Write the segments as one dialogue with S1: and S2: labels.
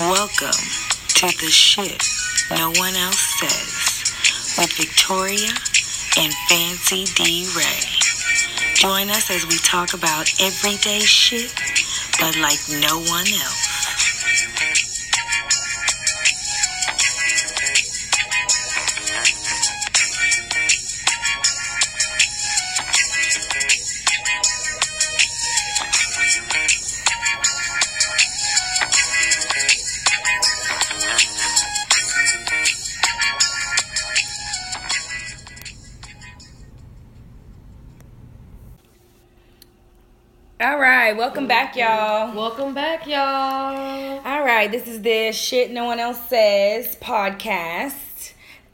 S1: Welcome to the shit no one else says with Victoria and Fancy D Ray. Join us as we talk about everyday shit, but like no one else.
S2: All right, welcome back, y'all.
S3: Welcome back, y'all.
S2: All right, this is the Shit No One Else Says podcast.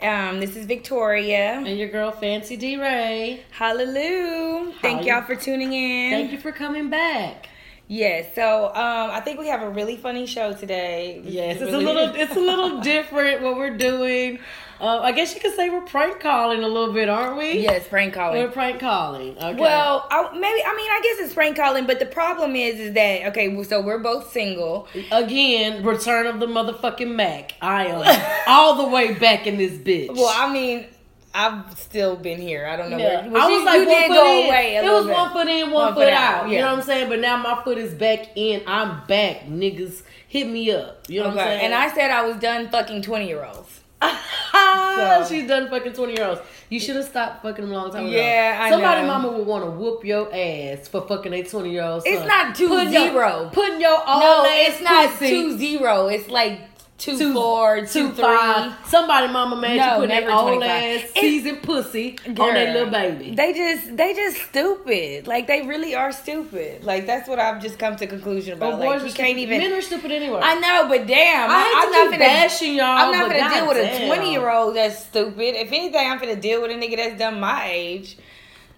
S2: Um, this is Victoria.
S3: And your girl Fancy D Ray.
S2: Hallelujah. Thank
S3: Hallelu-
S2: y'all for tuning in.
S3: Thank you for coming back.
S2: Yes, so um, I think we have a really funny show today.
S3: Yes, it's a
S2: Really-
S3: little it's a little different what we're doing. Uh, I guess you could say we're prank calling a little bit, aren't we?
S2: Yes, prank calling.
S3: We're prank calling. Okay.
S2: Well, I, maybe I mean I guess it's prank calling, but the problem is is that okay, well, so we're both single.
S3: again, return of the motherfucking Mac. I am all the way back in this bitch.
S2: Well, I mean, I've still been here. I don't know.
S3: Yeah.
S2: Where, well,
S3: I
S2: you-
S3: was like,
S2: you
S3: one
S2: did
S3: foot
S2: go
S3: in.
S2: away. a
S3: it
S2: little
S3: was
S2: bit.
S3: one foot in, one, foot, out. You
S2: yeah.
S3: know what I'm saying? But now my foot is back in. I'm back. Niggas hit me up. You know what I'm
S2: Okay.
S3: saying?
S2: And I said I was done fucking twenty year olds.
S3: Ah,
S2: So-
S3: She's done fucking 20 year olds. You should have stopped fucking them a long time ago.
S2: Yeah, I
S3: Somebody
S2: know.
S3: mama would want to whoop your ass for fucking a 20 year old.
S2: It's not two
S3: putting
S2: zero.
S3: Your, putting your all
S2: no,
S3: ass
S2: it's not
S3: pussy
S2: two zero. It's like two
S3: two-
S2: four, two
S3: two
S2: three.
S3: five. Somebody mama made
S2: No,
S3: you put
S2: never
S3: their old
S2: 25.
S3: ass
S2: It's-
S3: seasoned pussy on
S2: Girl,
S3: that little baby.
S2: They just they just stupid. Like they really are stupid. Like that's what I've just come to conclusion
S3: But
S2: about.
S3: boys
S2: Like
S3: are
S2: you
S3: stupid.
S2: can't even.
S3: Men are stupid anyway.
S2: I know, but damn,
S3: I hate
S2: I, am
S3: to
S2: not
S3: keep
S2: gonna
S3: bashing y'all.
S2: I'm not
S3: but
S2: gonna deal with a
S3: goddamn.
S2: 20 year old that's stupid. If anything, I'm gonna deal with a nigga that's done my age.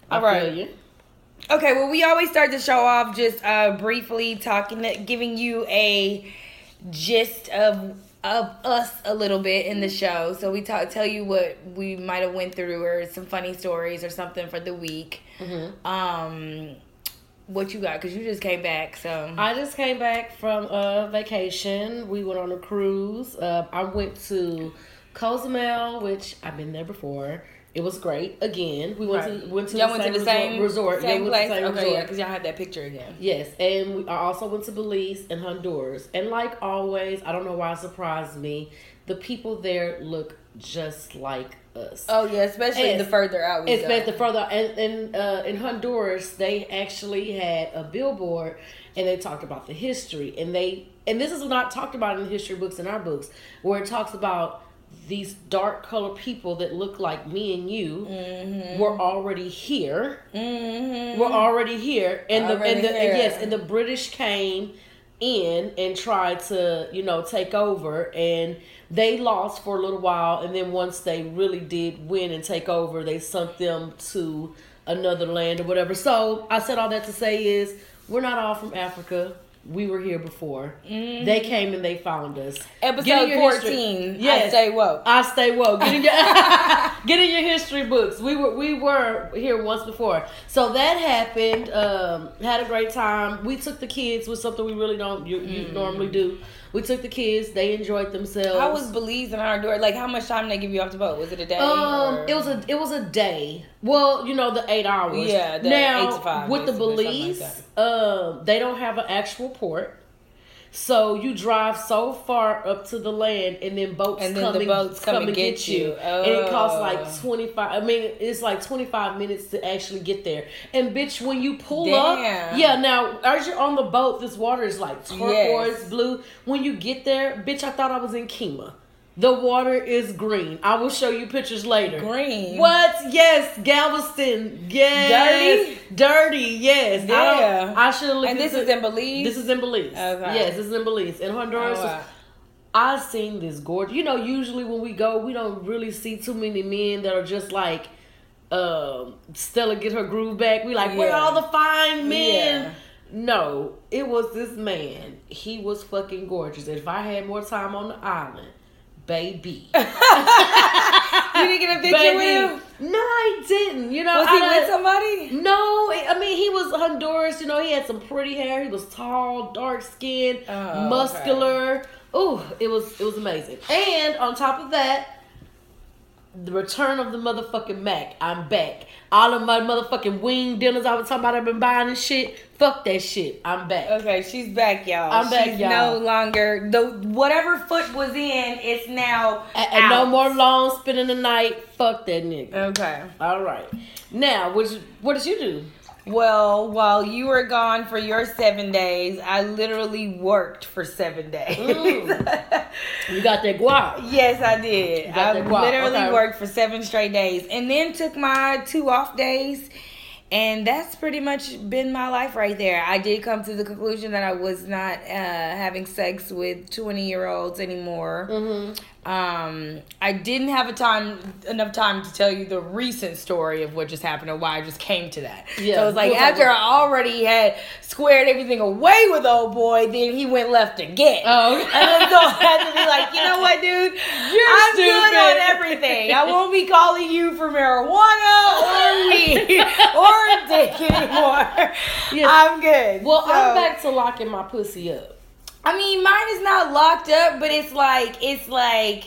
S3: I
S2: All
S3: feel
S2: right.
S3: you.
S2: Okay, well, we always start the show off just uh, briefly talking, giving you a gist of of us a little bit in the show. So we talk, tell you what we might have went through, or some funny stories, or something for the week.
S3: Mm-hmm.
S2: Um, what you got? Cause you just came back, so
S3: I just came back from a vacation. We went on a cruise. Uh, I went to Cozumel, which I've been there before. It was great. Again, we went to went to,
S2: y'all
S3: the,
S2: went
S3: same
S2: to the same
S3: resort. Yeah,
S2: same
S3: we
S2: place.
S3: went to the same
S2: okay,
S3: resort.
S2: yeah, cause y'all had that picture again.
S3: Yes, and we, I also went to Belize and Honduras. And like always, I don't know why it surprised me. The people there look just like us.
S2: Oh yeah, especially
S3: Yes.
S2: the further out we
S3: It's
S2: go.
S3: been the further and in uh, in Honduras they actually had a billboard and they talked about the history and they and this is not talked about in the history books in our books where it talks about these dark colored people that look like me and you were already here were already here and the
S2: Already
S3: and the
S2: here.
S3: and yes and the British came in and tried to you know take over and they lost for a little while and then once they really did win and take over they sent them to another land or whatever so i said all that to say is we're not all from africa we were here before they came and they found us Get in
S2: Mm-hmm. Episode
S3: your
S2: fourteen.
S3: history.
S2: Yes. I
S3: yes
S2: say whoa.
S3: I stay woke. Get in your get in your history books. We were we were here once before, so that happened. Um, had a great time. We took the kids, was something we really don't you, you normally do. We took the kids. They enjoyed themselves.
S2: Mm. How was Belize and Honduras? Like, how much time did they give you off the boat? Was it a day?
S3: Um,
S2: or-
S3: it was a it was a day. Well, you know the eight hours.
S2: Yeah, the
S3: now
S2: eight to five
S3: with the
S2: basically, something like
S3: Belize, um, they don't have an actual port, so you drive so far up to the land, and then boats
S2: And then
S3: come
S2: the
S3: and,
S2: boats
S3: come and get, you, and it costs like
S2: Oh.
S3: twenty five. I mean, it's like twenty five minutes to actually get there. And bitch, when you pull
S2: Damn.
S3: up, yeah. Now as you're on the boat, this water is like turquoise
S2: Yes.
S3: blue. When you get there, bitch, I thought I was in Kima. The water is green. I will show you pictures later.
S2: Green?
S3: What? Yes, Galveston. Yes. Dirty. Dirty. Yes. I,
S2: Yeah.
S3: don't- I should have looked.
S2: And this
S3: into-
S2: is in Belize.
S3: This is in Belize.
S2: Okay.
S3: Yes, this is in Belize. In Honduras,
S2: Oh, wow.
S3: I seen this gorgeous. You know, usually when we go, we don't really see too many men that are just like um Stella get her groove back. We like, where
S2: Yeah.
S3: all the fine men?
S2: Yeah.
S3: No, it was this man. He was fucking gorgeous. If I had more time on the island, baby.
S2: you didn't get a picture with
S3: baby.
S2: him.
S3: No, I didn't. You know,
S2: Was
S3: I
S2: he with
S3: done-
S2: somebody?
S3: no, I mean he was Honduras. You know, he had some pretty hair. He was tall, dark skinned,
S2: Oh, okay.
S3: muscular. Ooh, it was it was amazing. And on top of that, the return of the motherfucking Mac. I'm back. All of my motherfucking wing dinners I was talking about I've been buying and shit. Fuck that shit. I'm back.
S2: Okay, she's back, y'all.
S3: I'm back,
S2: she's No
S3: y'all.
S2: longer the whatever foot was in, it's now
S3: A- and no
S2: out. Uh,
S3: more long spending the night. Fuck that nigga.
S2: Okay.
S3: All right. Now, what what did you do?
S2: Well, while you were gone for your seven days, I literally worked for seven days.
S3: Mm. You got that guap.
S2: yes, I did.
S3: got
S2: I
S3: that guap,
S2: literally
S3: okay.
S2: worked for seven straight days and then took my two off days. And that's pretty much been my life right there. I did come to the conclusion that I was not uh, having sex with 20 year olds anymore. Um, I didn't have a time enough time to tell you the recent story of what just happened and why I just came to that.
S3: Yeah.
S2: So it's like
S3: Well,
S2: after
S3: well.
S2: I already had squared everything away with old boy, then he went left again.
S3: Oh, okay.
S2: and so I had to be like, you know what, dude?
S3: You're
S2: I'm good
S3: stupid.
S2: on everything. I won't be calling you for marijuana or weed or dick anymore.
S3: Yeah.
S2: I'm good.
S3: Well,
S2: So-
S3: I'm back to locking my pussy up.
S2: I mean, mine is not locked up, but it's like it's like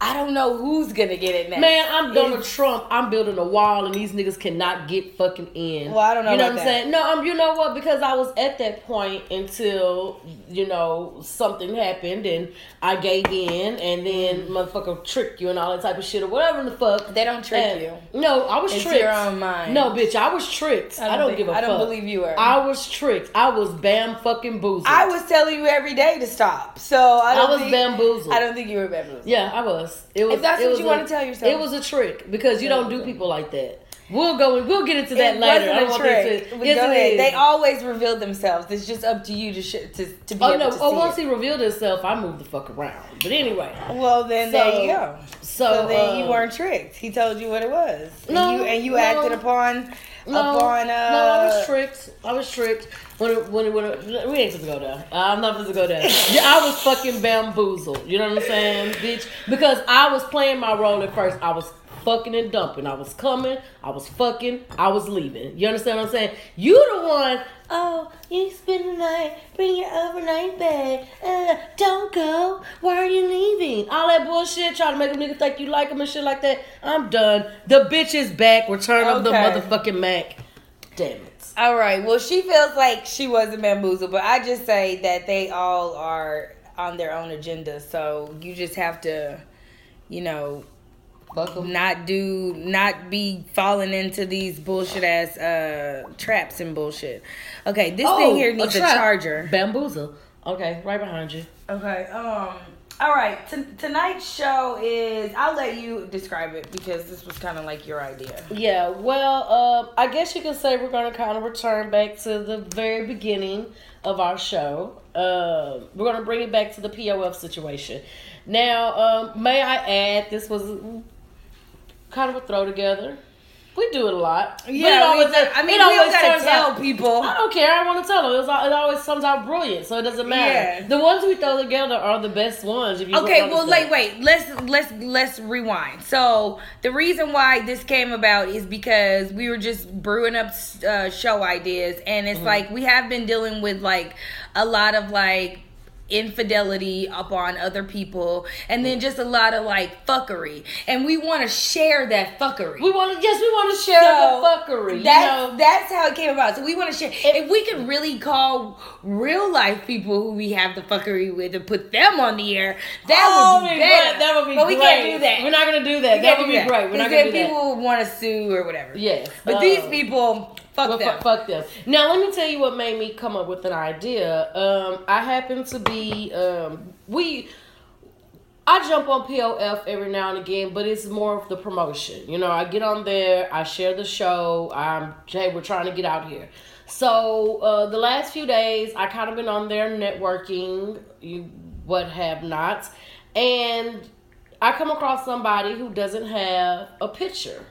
S2: I don't know who's gonna get it next.
S3: Man, I'm Donald
S2: It's-
S3: Trump. I'm building a wall, and these niggas cannot get fucking in.
S2: Well, I don't know
S3: You know
S2: about
S3: what I'm
S2: that.
S3: saying? No, um, you know what? Because I was at that point until you know something happened, and I gave in, and then motherfucker tricked you and all that type of shit or whatever the fuck.
S2: Mm. They don't trick
S3: And-
S2: you.
S3: No, I was
S2: It's
S3: tricked.
S2: your own mind.
S3: No, bitch, I was tricked. I don't,
S2: think-
S3: give a
S2: I
S3: fuck.
S2: don't believe you were. I,
S3: I was tricked. I was bam fucking boozled.
S2: was telling you every day to stop, so I, don't
S3: I was
S2: think,
S3: bamboozled.
S2: I don't think you were bamboozled.
S3: Yeah, I was. It was.
S2: If that's
S3: it
S2: what
S3: was
S2: you
S3: a-
S2: wanna tell yourself.
S3: it was a trick because you don't do people like that. We'll go and we'll get into that
S2: it
S3: later. I
S2: wasn't
S3: don't
S2: a
S3: want this
S2: trick.
S3: to-
S2: But
S3: Yes,
S2: go
S3: it
S2: ahead.
S3: is.
S2: They always reveal themselves. It's just up to you to sh- to, to be
S3: Oh
S2: able
S3: no!
S2: to
S3: Oh,
S2: see
S3: once
S2: it.
S3: he revealed himself, I moved the fuck around. But anyway,
S2: Well, then there you go.
S3: So,
S2: So then
S3: uh,
S2: you weren't tricked. He told you what it was.
S3: No,
S2: and you, and you
S3: no.
S2: acted upon
S3: No,
S2: upon. Uh,
S3: no, I was tricked. I was tricked. When it, when it, when it, we ain't supposed to go there. I'm not supposed to go there. Yeah, I was fucking bamboozled. You know what I'm saying, bitch? Because I was playing my role at first. I was fucking and dumping. I was coming. I was fucking. I was leaving. You understand what I'm saying? You the one. Oh, you spend the night. Bring your overnight bag. Uh, don't go. Why are you leaving? All that bullshit. Trying to make a nigga think you like him and shit like that. I'm done. The bitch is back. Return of the
S2: Okay.
S3: motherfucking Mac. Damn it.
S2: All right. Well, she feels like she wasn't bamboozled, but I just say that they all are on their own agenda. So you just have to, you know,
S3: Fuck 'em.
S2: not do, not be falling into these bullshit ass uh, traps and bullshit. Okay, this thing here needs Oh, a,
S3: trap.
S2: charger.
S3: Bamboozle. Okay, right behind you.
S2: Okay. Um. All right. T- tonight's show is. I'll let you describe it because this was kind of like your idea.
S3: Yeah, well, um, I guess you could say we're going to kind of return back to the very beginning of our show. Um, we're going to bring it back to the POF situation. Now, um, may I add, this was kind of a throw together. We do it a lot. But it always-
S2: I mean,
S3: it
S2: we don't
S3: always
S2: gotta
S3: turns out-
S2: tell people.
S3: I don't care. I want to tell them. It's, al- it always comes out brilliant, so it doesn't matter.
S2: Yeah.
S3: The ones we throw together are the best ones. If you
S2: Okay,
S3: notice
S2: well,
S3: that.
S2: like, wait, let's let's let's rewind. So the reason why this came about is because we were just brewing up uh, show ideas, and
S3: Mm-hmm.
S2: it's like we have been dealing with like a lot of like infidelity upon other people, and
S3: Mm.
S2: then just a lot of like fuckery, and we want to share that fuckery.
S3: We want to, yes, we want to share the fuckery.
S2: That's,
S3: you know?
S2: that's how it came about. So we want to share. If we could really call real life people who we have the fuckery with and put them on the air, that would be
S3: my
S2: better.
S3: God, Oh, that would be
S2: But
S3: great.
S2: we can't do that.
S3: We're not gonna do that.
S2: We
S3: That
S2: can't
S3: would
S2: do
S3: be great. We're not
S2: 'Cause
S3: gonna
S2: then
S3: do that.
S2: people want to sue or whatever.
S3: Yes,
S2: But these
S3: um,
S2: people, fuck
S3: Well,
S2: them.
S3: fu- fuck them. Now let me tell you what made me come up with an idea. Um, I happen to be um, we. I jump on POF every now and again, but it's more of the promotion. You know, I get on there, I share the show. I'm hey, we're trying to get out here. So uh, the last few days, I kind of been on there networking, you what have not, and I come across somebody who doesn't have a picture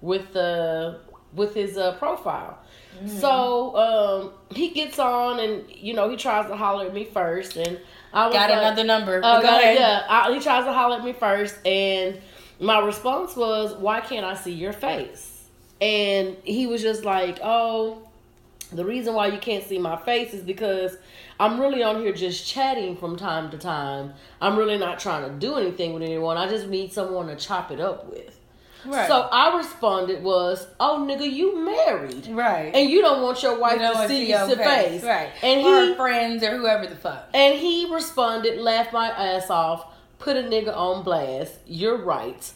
S3: with the with his uh, profile.
S2: Mm-hmm.
S3: So um, he gets on and you know he tries to holler at me first, and I was
S2: Got
S3: like-
S2: another number.
S3: Oh,
S2: Go ahead.
S3: yeah. I, he tries to holler at me first, and my response was, "Why can't I see your face?" And he was just like, "Oh." The reason why you can't see my face is because I'm really on here just chatting from time to time. I'm really not trying to do anything with anyone. I just need someone to chop it up with.
S2: Right.
S3: So I responded was, "Oh nigga, you married,
S2: Right.
S3: And you don't want your wife
S2: You know,
S3: to
S2: I
S3: see
S2: your
S3: your face,
S2: Right.
S3: And
S2: or
S3: he
S2: friends or whoever the fuck.
S3: and he responded, laughed my ass off, put a nigga on blast. You're right.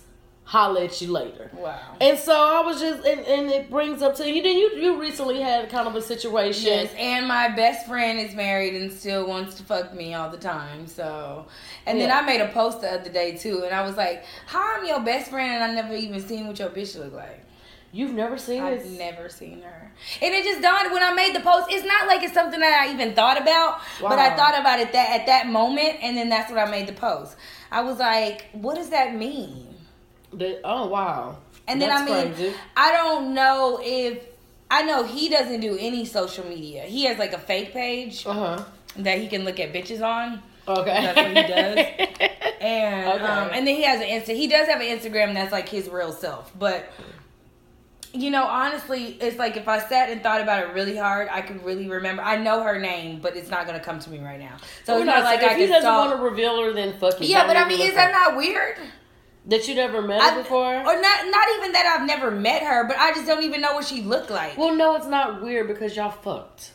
S3: Holla at you later.
S2: Wow.
S3: And so I was just, and, and it brings up to you. Then you you recently had kind of a situation.
S2: Yes, and my best friend is married and still wants to fuck me all the time. So, and then
S3: Yeah.
S2: I made a post the other day too, and I was like, "How I'm your best friend and I never even seen what your bitch look like."
S3: You've never seen
S2: I've
S3: this.
S2: never seen her. And it just dawned when I made the post. It's not like it's something that I even thought about, but I
S3: Wow.
S2: thought about it that at that moment, and then that's when I made the post. I was like, "What does that mean?"
S3: The- oh wow.
S2: And then
S3: That's
S2: I mean,
S3: crazy.
S2: I don't know if I know he doesn't do any social media. He has like a fake page
S3: Uh huh.
S2: that he can look at bitches on.
S3: Okay.
S2: That's what he
S3: does.
S2: And
S3: Okay.
S2: um, and then he has an Insta. He does have an Instagram that's like his real self. But you know, honestly, it's like if I sat and thought about it really hard, I could really remember. I know her name, but it's not gonna come to me right now. Oh, So
S3: Well,
S2: it's
S3: no,
S2: not like
S3: if
S2: I
S3: he
S2: can
S3: doesn't
S2: solve.
S3: want to reveal her, then fucking.
S2: yeah,
S3: don't
S2: but I
S3: even
S2: mean,
S3: look
S2: is
S3: at
S2: that not weird?
S3: her. that you never met
S2: I-
S3: her before?
S2: or not? Not even that I've never met her, but I just don't even know what she looked like.
S3: Well, no, it's not weird because y'all fucked.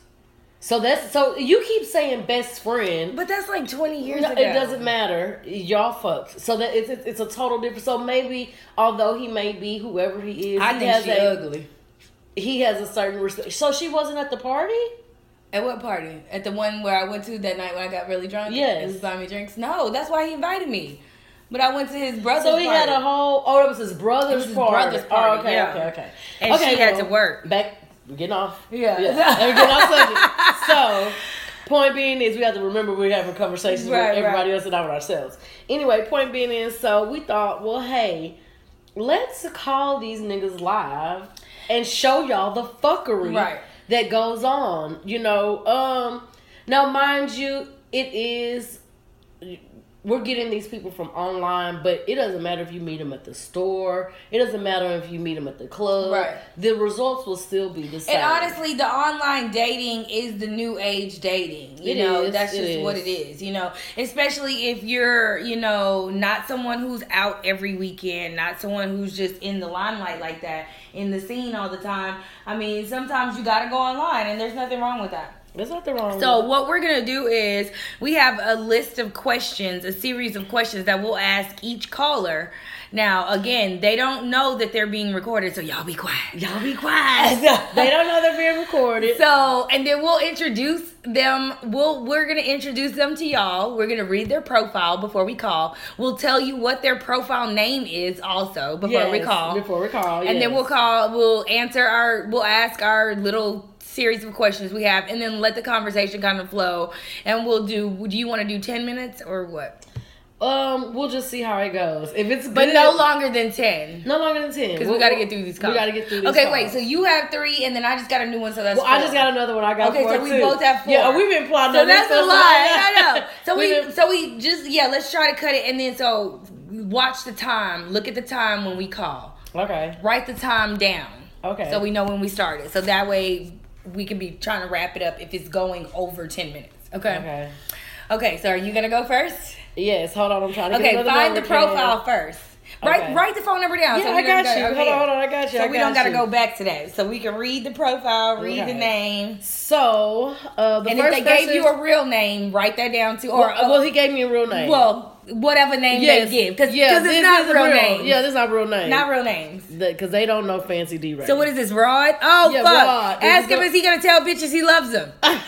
S3: So that's so you keep saying best friend.
S2: but that's like twenty years
S3: No,
S2: ago.
S3: it doesn't matter. Y'all fucked. So that it's, it's it's a total different. So maybe although he may be whoever he is,
S2: I
S3: he
S2: think
S3: has
S2: she
S3: a
S2: ugly.
S3: he has a certain respect. So she wasn't at the party.
S2: At what party? At the one where I went to that night when I got really drunk?
S3: Yes.
S2: And he buying me drinks? No, that's why he invited me. But I went to his brother's
S3: So he had a
S2: party.
S3: whole. Oh, it was his brother's
S2: It was his
S3: party.
S2: brother's party,
S3: Oh, okay,
S2: yeah.
S3: okay, okay.
S2: And
S3: okay,
S2: she had to work.
S3: Back. We're getting off.
S2: Yeah.
S3: and we're getting off subject. So. Point being is we have to remember we're having conversations
S2: Right,
S3: with everybody
S2: right.
S3: else and not with ourselves. Anyway, point being is so we thought, well, hey, let's call these niggas live and show y'all the fuckery
S2: Right.
S3: that goes on. You know, um, now mind you, it is we're getting these people from online, but it doesn't matter if you meet them at the store. It doesn't matter if you meet them at the club.
S2: Right.
S3: The results will still be the same.
S2: And honestly, the online dating is the new age dating. You
S3: It
S2: know,
S3: is,
S2: that's
S3: it
S2: just what it
S3: is.
S2: is. You know, especially if you're, you know, not someone who's out every weekend, not someone who's just in the limelight like that, in the scene all the time. I mean, sometimes you got to go online, and there's nothing wrong with that.
S3: there's nothing wrong.
S2: So
S3: with
S2: what we're gonna do is we have a list of questions, a series of questions that we'll ask each caller. Now, again, they don't know that they're being recorded, so y'all be quiet. Y'all be quiet.
S3: it. they don't know they're being recorded.
S2: so, and then we'll introduce them. We'll we're gonna introduce them to y'all. We're gonna read their profile before we call. We'll tell you what their profile name is also before we
S3: Yes,
S2: call.
S3: Before we call.
S2: And then we'll call, we'll answer our, we'll ask our little series of questions we have, and then let the conversation kind of flow. And we'll do, do you want to do 10 minutes or what?
S3: um we'll just see how it goes. If it's
S2: But
S3: good,
S2: no longer than 10.
S3: no longer than ten
S2: Because
S3: We'll-
S2: we got to get through these calls.
S3: We got to get through. These
S2: Okay,
S3: calls.
S2: wait, so you have three, and then I just got a new one, so that's
S3: Well, I
S2: four.
S3: just got another one. I got
S2: Okay,
S3: four
S2: so we
S3: too.
S2: both have four.
S3: Yeah, we've been plotting.
S2: So
S3: on this
S2: that's a
S3: since-
S2: lie. I know. So
S3: We've
S2: we
S3: been-
S2: so we just yeah, let's try to cut it and then so watch the time. Look at the time when we call.
S3: okay.
S2: write the time down.
S3: Okay.
S2: So we know when we started. So that way we can be trying to wrap it up if it's going over 10 minutes. Okay. Okay,
S3: Okay.
S2: so are you going to go first?
S3: Yes. Hold on. I'm trying to. get
S2: Okay,
S3: another
S2: find the
S3: number, Ken.
S2: profile first. Write
S3: Okay.
S2: write the phone number down.
S3: Yeah,
S2: so we
S3: I
S2: don't
S3: got you.
S2: okay.
S3: Hold on, hold on. I got you.
S2: So
S3: I
S2: we don't
S3: got
S2: gotta
S3: you.
S2: go back to that. So we can read the profile, read the
S3: Okay.
S2: name.
S3: So uh, the
S2: And if
S3: first
S2: they
S3: person,
S2: gave you a real name, write that down too. Or
S3: well,
S2: a-
S3: uh, well, he gave me a real name.
S2: well, whatever name
S3: yes,
S2: they give. Because
S3: yeah,
S2: it's
S3: this
S2: not
S3: isn't
S2: real, names.
S3: Yeah, this is not real name.
S2: Not real names.
S3: because they don't know fancy D right.
S2: So what is this, Rod? Oh
S3: Yeah,
S2: fuck!
S3: Rod. This
S2: Ask
S3: is
S2: him
S3: a-
S2: is he gonna tell bitches he loves them?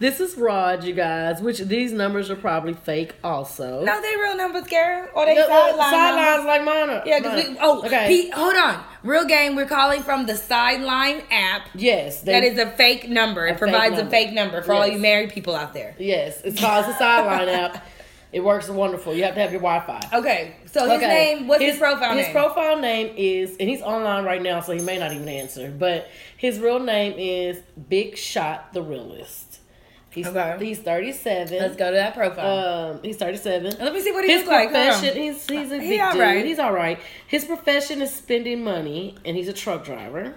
S3: This is Rod, you guys. Which these numbers are probably fake, also.
S2: No, they real numbers, Karen. Or they
S3: The- the
S2: sideline numbers.
S3: sidelines like mine. Are,
S2: Yeah, because
S3: mine.
S2: we. Oh,
S3: okay.
S2: Pete, hold on. Real game. We're calling from the sideline app.
S3: yes, they,
S2: That is a fake number. It
S3: fake
S2: provides a
S3: number.
S2: fake number for all
S3: Yes.
S2: you married people out there.
S3: yes. It's called it's a sideline app. It works wonderful. You have to have your Wi-Fi.
S2: Okay, so his name. What's his, profile
S3: His
S2: name?
S3: profile name is, and he's online right now, so he may not even answer. But his real name is Big Shot the Realist. He's
S2: Okay.
S3: he's thirty seven.
S2: Let's go to that profile.
S3: Um, he's thirty seven.
S2: Let me see what he
S3: His
S2: looks like. Hold on.
S3: profession, he's he's a
S2: He
S3: big
S2: all right.
S3: dude. He's all right. His profession is spending money, and he's a truck driver.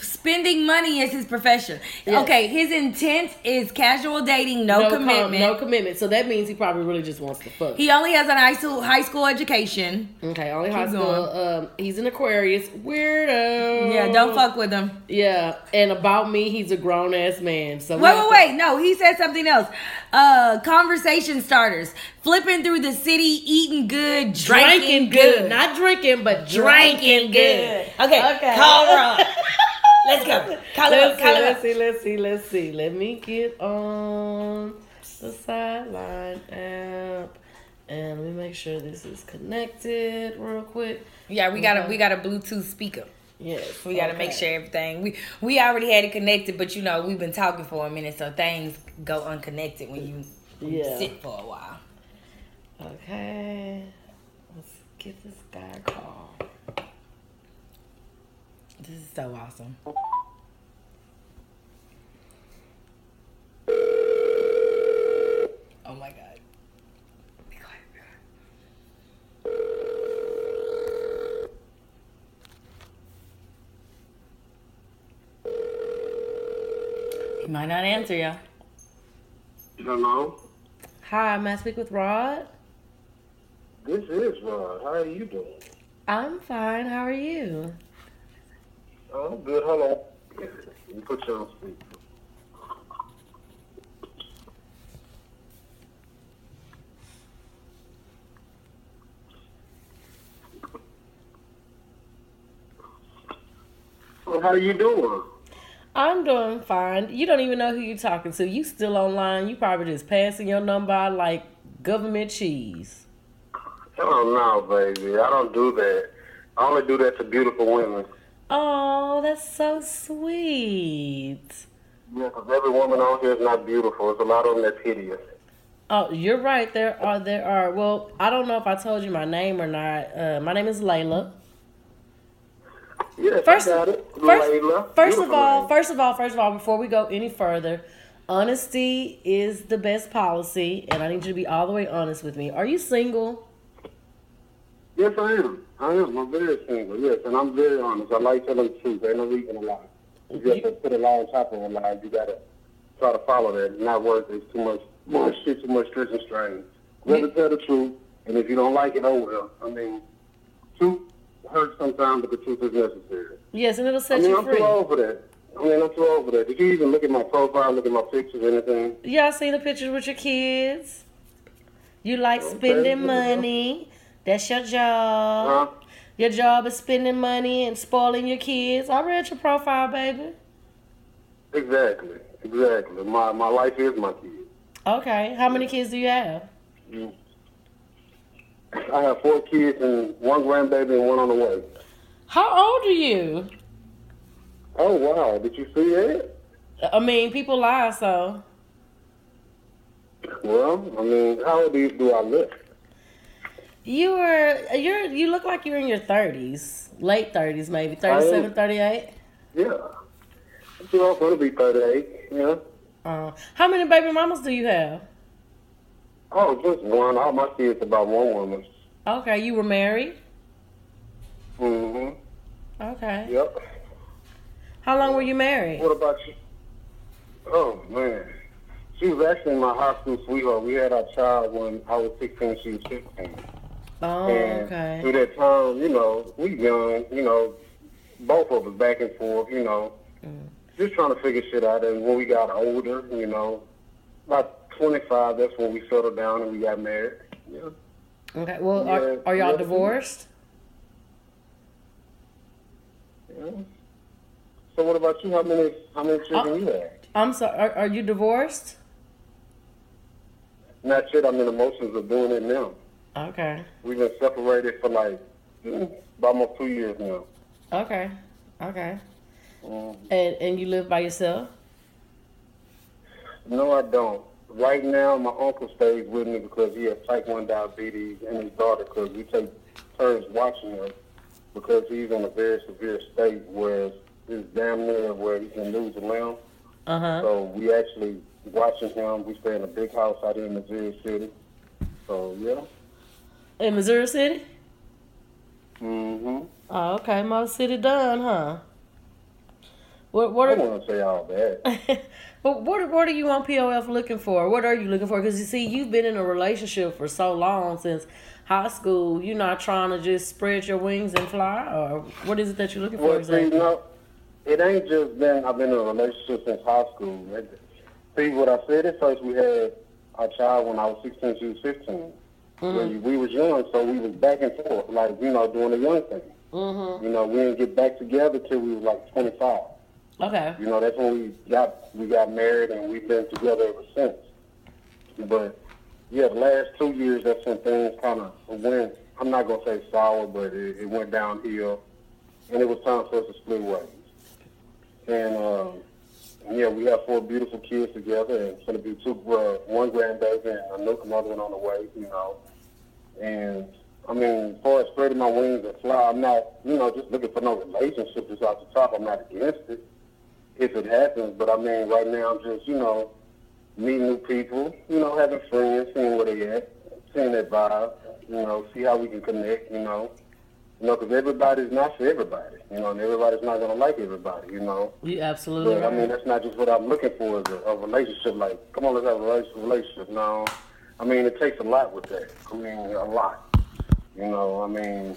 S2: spending money is his profession.
S3: Yes.
S2: Okay, his intent is casual dating, no,
S3: No, com-
S2: commitment.
S3: no commitment. So that means he probably really just wants to fuck.
S2: he only has an high school high school education.
S3: okay, only high
S2: Keep
S3: school. Um, he's an Aquarius weirdo.
S2: Yeah, don't fuck with him.
S3: Yeah, and about me, he's a grown ass man. So we
S2: Wait,
S3: have
S2: wait,
S3: to-
S2: wait. No, he said something else. Uh, conversation starters. Flipping through the city, eating good, drinking,
S3: Drinking
S2: good.
S3: good. not drinking, but
S2: drinking
S3: drinking
S2: good.
S3: good.
S2: Okay, call Rob. Let's go. Call him up,
S3: Let's see,
S2: call him
S3: let's
S2: up.
S3: see, let's see, let's see. Let me get on the sideline app, and let me make sure this is connected real quick.
S2: Yeah, we
S3: Mm-hmm.
S2: got a we got a Bluetooth speaker.
S3: Yes,
S2: We got to make sure everything we we already had it connected, but you know we've been talking for a minute, so things go unconnected when you, when you
S3: Yeah.
S2: sit for a while.
S3: Okay, let's give this guy a call.
S2: This is so awesome. Oh my god. Be quiet, be quiet. He might not answer y'all.
S4: Hello,
S3: Hi, may I speak with Rod?
S4: this is Rod. How are you doing?
S3: I'm fine. How are you?
S4: Oh, good. Hello. You put you on speaker. Well, how you doing?
S3: I'm doing fine. You don't even know who you're talking to. You still online. You probably just passing your number like government cheese.
S4: Oh no, baby. I don't do that. I only do that to beautiful women.
S3: Oh, that's so sweet.
S4: Yeah, 'cause every woman on here is not beautiful. It's a lot of them that's hideous.
S3: Oh, you're right. There are there are. Well, I don't know if I told you my name or not. Uh, my name is Layla.
S4: Yeah,
S3: First,
S4: you got it.
S3: first, first of
S4: Beautiful
S3: all,
S4: Layla.
S3: first of all, first of all, before we go any further, honesty is the best policy, and I need you to be all the way honest with me. Are you single?
S4: Yes, I am. I am. I'm very single. Yes, and I'm very honest. I like telling the truth. Ain't no reason to lie. You just to put a lie on top of a lie. You gotta try to follow that. It's not worth it. It's too much bullshit. Too much stress and strain. Rather tell the truth. And if you don't like it, oh well. I mean, truth hurts sometimes, but the truth is necessary.
S3: Yes, and it'll
S4: I
S3: set
S4: mean,
S3: you
S4: I'm
S3: free.
S4: too old for that. I mean, I'm too old for that. Did you even look at my profile? Look at my pictures? Anything?
S3: Y'all seen the pictures with your kids? You like
S4: Okay,
S3: spending
S4: good to know.
S3: money. That's your job.
S4: Huh?
S3: Your job is spending money and spoiling your kids. I read your profile, baby.
S4: Exactly. Exactly. My my life is my kids.
S3: Okay. How many kids do you have?
S4: I have four kids and one grandbaby and one on the way.
S3: How old are you?
S4: Oh wow! Did you see that?
S3: I mean, people lie, so.
S4: Well, I mean, how old do, you, do I look?
S3: You are you're you look like you're in your 30s, late 30s maybe, 37, 38.
S4: Yeah, I'm too old for to be 38. Yeah.
S3: Uh, how many baby mamas do you have?
S4: Oh, just one. All my kids about one woman.
S3: Okay, you were married?
S4: Mm-hmm.
S3: Okay.
S4: Yep.
S3: How long were you married?
S4: What about you? Oh man, she was actually my high school sweetheart. We had our child when I was 16. She was 16.
S3: Oh,
S4: And
S3: okay.
S4: through that time, you know, we young, you know, both of us back and forth, you know,
S3: Mm.
S4: just trying to figure shit out. And when we got older, you know, about 25, that's when we settled down and we got married. Yeah.
S3: Okay. Well, are,
S4: Yeah,
S3: are y'all
S4: yeah.
S3: divorced?
S4: yeah. So what about you? How many how many children
S3: Uh-
S4: you have?
S3: I'm sorry. Are, are you divorced?
S4: Not yet. I'm in the motions of doing it now.
S3: Okay.
S4: We've been separated for like mm, almost two years now.
S3: Okay. Okay.
S4: Mm.
S3: And and you live by yourself?
S4: No, I don't. Right now, my uncle stays with me because he has type 1 diabetes and his daughter because we take turns watching him because he's in a very severe state where it's damn near where he can lose a limb.
S3: Uh huh.
S4: So we actually watching him. We stay in a big house out here in Missouri City. So, yeah.
S3: In Missouri City?
S4: Mm-hmm.
S3: Oh, okay. Mo City done, huh? What what
S4: I
S3: are
S4: don't want to say all that.
S3: But what what are you on POF looking for? What are you looking for? Because you see, you've been in a relationship for so long since high school. You're not trying to just spread your wings and fly, or what is it that you're looking for
S4: Well, see,
S3: exactly?
S4: no, it ain't just been. I've been in a relationship since high school. It- See, what I said at first, we had our child when I was 16, she was 15. We, we was young, so we was back and forth, like you know, doing the young thing.
S3: Mm-hmm.
S4: You know, we didn't get back together till we was like 25.
S3: Okay,
S4: You know, that's when we got we got married, and we've been together ever since. But yeah, the last two years, that's when things kind of went. I'm not gonna say sour, but it, it went downhill, and it was time for us to split ways. And uh, yeah, we have four beautiful kids together, and it's gonna be two, uh, one grandbaby and a new- another one on the way. You know, and I mean, as far as spreading my wings and fly, I'm not, you know, just looking for no relationship just off the top. I'm not against it if it happens. But I mean, right now I'm just, you know, meeting new people, you know, having friends, seeing where they at, seeing their vibe, you know, see how we can connect, you know. You know, 'cause everybody's not for everybody, you know, and everybody's not going to like everybody, you know.
S3: you absolutely
S4: But I mean,
S3: right.
S4: that's not just what I'm looking for is a, a relationship. Like, come on, let's have a rela- relationship. No, I mean, it takes a lot with that. I mean, a lot. You know, I mean,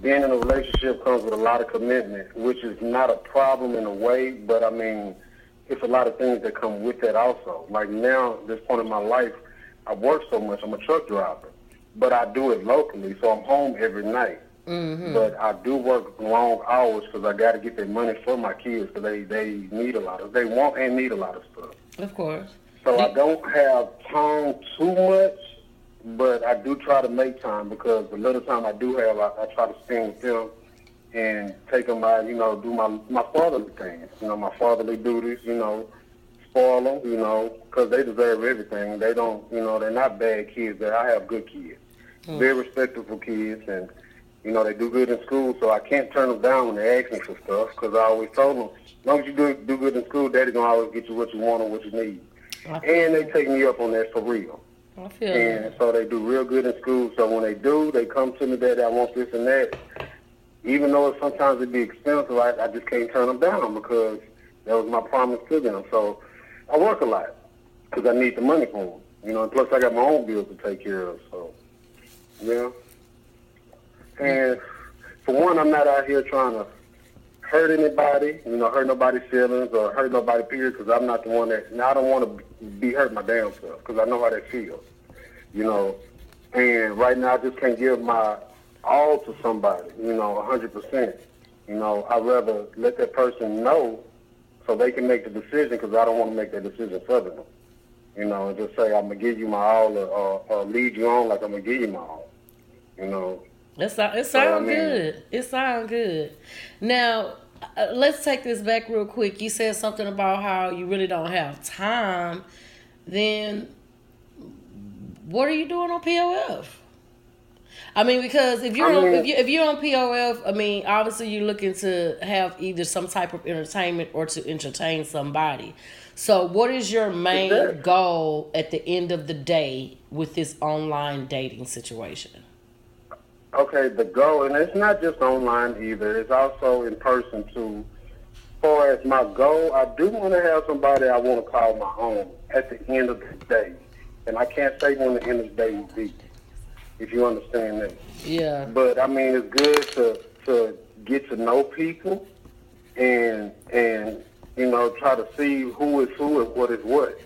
S4: being in a relationship comes with a lot of commitment, which is not a problem in a way, but I mean, it's a lot of things that come with that also. Like now, this point in my life, I work so much. I'm a truck driver, but I do it locally, so I'm home every night. But I do work long hours because I got to get that money for my kids because they they need a lot of they want and need a lot of stuff.
S3: Of course.
S4: So I don't have time too much, but I do try to make time because the little time I do have, I, I try to spend with them and take them out, you know, do my my fatherly things, you know, my fatherly duties, you know, spoil them, you know, because they deserve everything. They don't, you know, they're not bad kids. That I have good kids, very respectful kids, and you know they do good in school. So I can't turn them down when they ask me for stuff because I always told them, as long as you do do good in school, Daddy gonna always get you what you want and what you need. And they take me up on that for real.
S3: I feel it.
S4: And so they do real good in school. So when they do, they come to me that I want this and that. Even though it, sometimes it be expensive, I, I just can't turn them down because that was my promise to them. So I work a lot because I need the money for them. You know, and plus I got my own bills to take care of. So, yeah. And for one, I'm not out here trying to hurt anybody, you know, hurt nobody's feelings or hurt nobody, period, because I'm not the one that, and I don't want to be hurt my damn self because I know how that feels, you know. And right now, I just can't give my all to somebody, you know, 100%. You know, I'd rather let that person know so they can make the decision because I don't want to make that decision for them. You know, and just say, I'm going to give you my all or, or, or lead you on like I'm going to give you my all, you know.
S3: It sound, it
S4: I
S3: sound
S4: mean-
S3: good. It sound good. Now, uh, let's take this back real quick. You said something about how you really don't have time. Then, what are you doing on POF? I mean, because if you're
S4: I
S3: on,
S4: mean-
S3: if you if you're on POF, I mean, obviously you're looking to have either some type of entertainment or to entertain somebody. So, what is your main
S4: Exactly.
S3: goal at the end of the day with this online dating situation?
S4: Okay, the goal, and it's not just online either. It's also in person too. As far as my goal, I do want to have somebody I want to call my own at the end of the day, and I can't say when the end of the day will be, if you understand that.
S3: Yeah.
S4: But I mean, it's good to to get to know people, and and you know try to see who is who and what is what,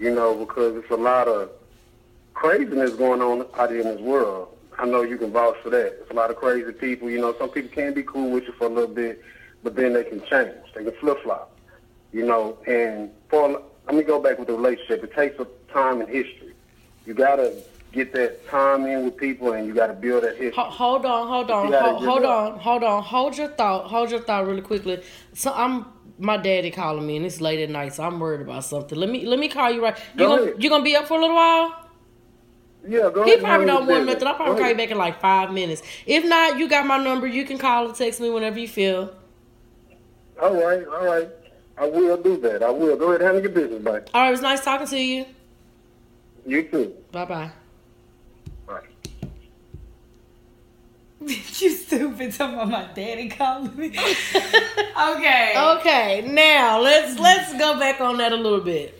S4: you know, because it's a lot of craziness going on out here in this world. I know you can vouch for that. It's a lot of crazy people. You know, some people can be cool with you for a little bit, but then they can change. They can flip flop. You know, and for let me go back with the relationship. It takes a time in history. You gotta get that time in with people, and you gotta build that history.
S3: Ho- hold on, hold on,
S4: You gotta
S3: hold,
S4: give
S3: hold
S4: it up.
S3: on, hold on, hold your thought, hold your thought really quickly. So I'm my daddy calling me and it's late at night, so I'm worried about something. Let me let me call you right. You
S4: Go
S3: gonna,
S4: ahead.
S3: you gonna be up for a little while?
S4: Yeah, go
S3: He
S4: ahead.
S3: probably
S4: Go
S3: don't want
S4: ahead.
S3: nothing. I'll probably
S4: Go
S3: call you
S4: ahead.
S3: back in like five minutes. If not, you got my number. You can call or text me whenever you feel.
S4: All right, all right. I will do that. I will. Go ahead, handle your business, buddy.
S3: All right, it was nice talking to you.
S4: You too.
S3: Bye bye.
S4: Bye.
S2: you stupid talking about my daddy calling me. okay.
S3: Okay, now let's let's go back on that a little bit.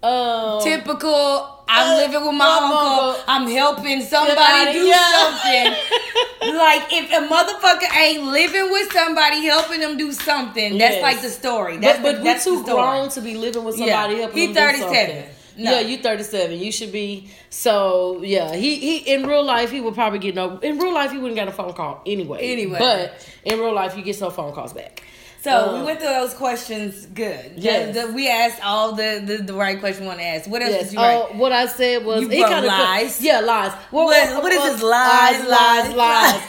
S3: Um,
S2: Typical. I'm
S3: Oh,
S2: living with my
S3: my
S2: uncle.
S3: uncle.
S2: I'm helping
S3: oh, Somebody,
S2: somebody do
S3: yeah.
S2: something. like if a motherfucker ain't living with somebody, helping them do something. That's
S3: Yes.
S2: like the story. That's
S3: but
S2: the,
S3: but we
S2: that's the
S3: too
S2: story.
S3: grown to be living with somebody
S2: Yeah.
S3: helping
S2: He
S3: him do
S2: 37.
S3: something.
S2: No.
S3: Yeah, you 37. You should be so yeah. He he in real life he would probably get no in real life he wouldn't get a phone call anyway.
S2: Anyway.
S3: But in real life you get no phone calls back.
S2: So we
S3: Um,
S2: went through those questions. Good.
S3: Yes.
S2: The- the- we asked all the, the the right question we want to ask. What else
S3: Yes.
S2: did you write?
S3: Oh, what I said was
S2: You
S3: he
S2: wrote
S3: kind of
S2: lies.
S3: Yeah, lies.
S2: What- what is this? Lies,
S3: lies,
S2: lies,
S3: lies.
S2: lies.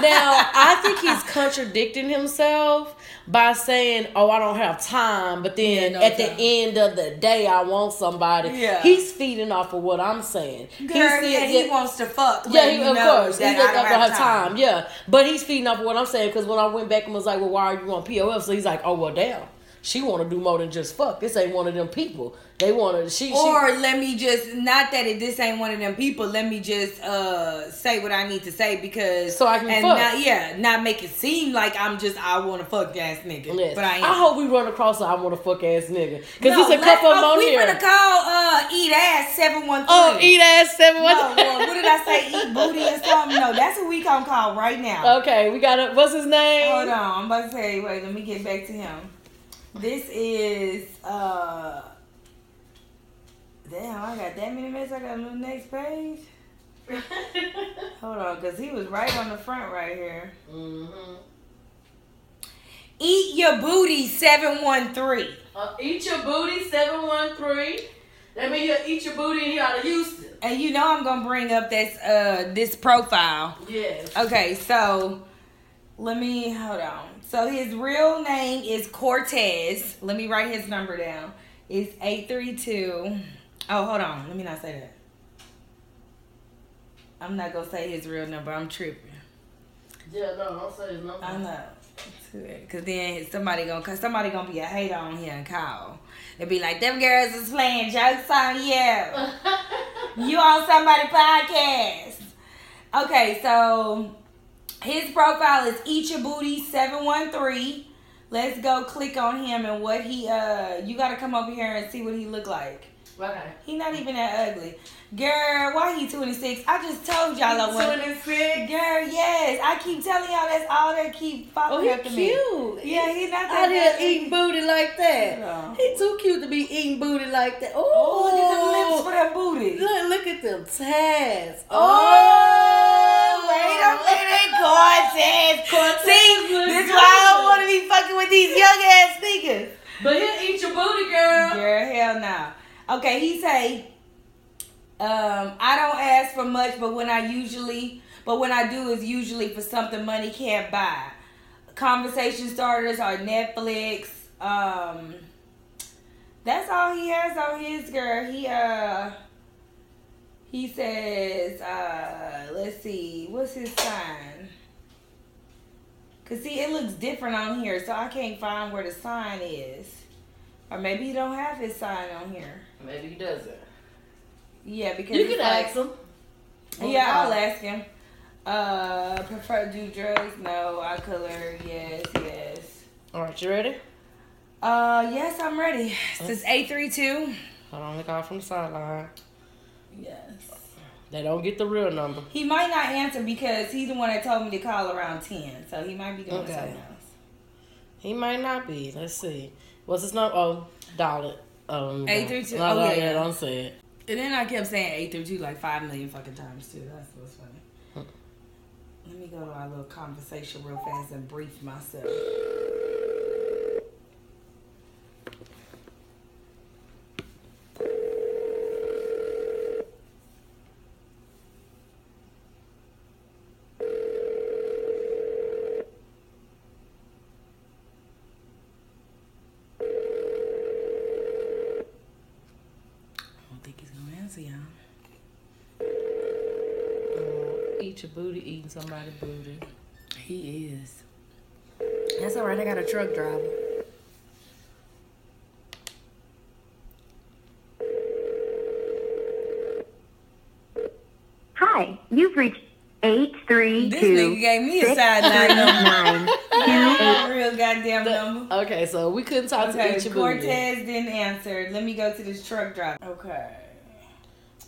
S3: now I think he's contradicting himself by saying, "Oh, I don't have time," but then
S2: Yeah, no
S3: at
S2: time.
S3: the end of the day, I want somebody.
S2: Yeah.
S3: He's feeding off of what I'm saying.
S2: Girl, yeah, he wants to fuck.
S3: Yeah,
S2: but
S3: he,
S2: you
S3: of
S2: know
S3: course. He
S2: that
S3: just
S2: I don't
S3: don't have
S2: have
S3: time. Yeah, but he's feeding off what I'm saying because when I went back and was like, "Well, why are you on POF?" So he's like, "Oh, well, damn." She want to do more than just fuck. This ain't one of them people. They want to. She, she-
S2: Or let me just not that it this ain't one of them people. Let me just uh say what I need to say because
S3: So I can
S2: and
S3: fuck.
S2: Not, yeah, not make it seem like I'm just I want to fuck ass nigga.
S3: Yes.
S2: But I ain't.
S3: hope we run across an I want to fuck ass nigga. Because
S2: No,
S3: it's a
S2: let-
S3: couple of them
S2: oh,
S3: on
S2: we
S3: here.
S2: gonna call uh eat ass seven one three.
S3: oh, eat ass seven.
S2: No, well, what did I say? Eat booty or something? No, that's what we gonna call right now.
S3: Okay, we got a. What's his name?
S2: Hold on, I'm about to say. Wait, let me get back to him. This is uh. Damn, I got that many minutes. I got the next page. Hold on, cause he was right on the front right here.
S3: Mm-hmm.
S2: Eat your booty seven one three.
S3: Uh, eat your booty seven one three. That means you eat your booty and he out of Houston.
S2: And you know I'm gonna bring up this uh this profile.
S3: Yes.
S2: Okay, so let me hold on. So his real name is Cortez. Let me write his number down. It's 832. Oh, hold on. Let me not say that. I'm not gonna say his real number. I'm tripping.
S3: Yeah, no, I'm saying no.
S2: I know. Cause then somebody gonna cause somebody gonna be a hater on here and call. They'll be like, them girls is playing jokes on you. you on somebody podcast. Okay, so his profile is Eat Your Booty 713. Let's go click on him and what he uh you gotta come over here and see what he look like.
S3: Okay.
S2: He not even that ugly. Girl, why he 26? I just told y'all I was
S3: six.
S2: Girl, yes. I keep telling y'all that's all they keep
S3: Oh,
S2: following
S3: he
S2: after me.
S3: cute.
S2: Yeah, he's not that
S3: out here
S2: bad.
S3: eating booty like that.
S2: Yeah.
S3: He too cute to be eating booty like that.
S2: Oh, look at them lips
S3: Oh,
S2: for that booty.
S3: look, look at them tats.
S2: Oh, wait a minute, Cortez.
S3: Cortez
S2: See,
S3: look
S2: this
S3: good.
S2: why I don't want to be fucking with these young ass niggas.
S3: But he'll eat your booty, girl.
S2: Girl, hell no. Okay, he say, um, I don't ask for much, but when I usually, but when I do is usually for something money can't buy. Conversation starters are Netflix. Um, that's all he has on his girl. He uh, he says, uh, let's see, what's his sign? Cause see, it looks different on here, so I can't find where the sign is. Or maybe he don't have his sign on here.
S3: Maybe he doesn't.
S2: Yeah, because
S3: You
S2: it's
S3: can
S2: like-
S3: ask him.
S2: Yeah, I'll ask him. Uh, prefer do drugs? No. Eye color? Yes, yes.
S3: All right, you ready?
S2: Uh, yes, I'm ready. This is eight three two.
S3: Hold on, look out from the sideline.
S2: Yes.
S3: They don't get the real number.
S2: He might not answer because he's the one that told me to call around ten, so he might be doing
S3: Okay.
S2: something else.
S3: He might not be. Let's see. What's his number? Oh, dollar. Um,
S2: Eight three two-
S3: No,
S2: oh,
S3: no,
S2: yeah, yeah.
S3: Don't say it.
S2: And then I kept saying eight through two like five million fucking times too. That's what's funny. Let me go to our little conversation real fast and brief myself. I don't think he's gonna answer y'all.
S3: Uh, eat your booty, eating somebody's booty.
S2: He is. That's all right. I got a truck driver.
S5: Hi, you've reached eight three
S2: This
S5: two
S2: nigga gave me a
S5: six
S2: sideline
S5: three
S2: number.
S5: nine two eight.
S2: A real goddamn number.
S3: Okay, so we couldn't talk
S2: Okay,
S3: to each
S2: Cortez didn't answer. Let me go to this truck driver. Okay.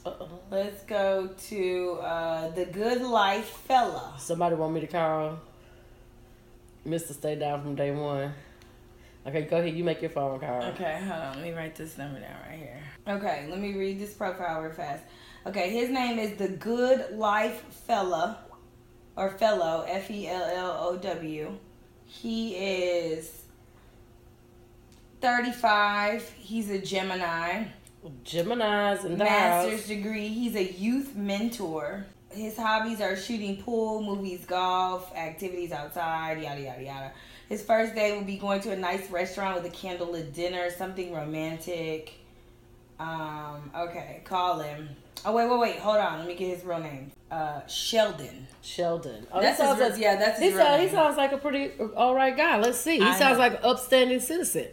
S3: Uh-oh.
S2: Let's go to uh, the good life fella.
S3: Somebody want me to call Mr. Stay Down from day one. Okay, go ahead. You make your phone call.
S2: Okay, hold on. Let me write this number down right here. Okay, let me read this profile real fast. Okay, his name is the Good Life Fella, or Fellow, F E L L O W. He is 35. He's a Gemini.
S3: Gemini's and
S2: master's
S3: Dials.
S2: degree. He's a youth mentor. His hobbies are shooting pool, movies, golf, activities outside, yada yada yada. His first day will be going to a nice restaurant with a candlelit dinner, something romantic. Um, okay, call him. Oh wait, wait, wait, hold on. Let me get his real name. Uh, Sheldon.
S3: Sheldon. Oh,
S2: That's
S3: he sounds
S2: his-
S3: like,
S2: yeah, that's his
S3: he,
S2: real uh,
S3: sound- he
S2: name.
S3: sounds like a pretty uh, all right guy. Let's see. He
S2: I
S3: sounds
S2: know.
S3: like an upstanding citizen.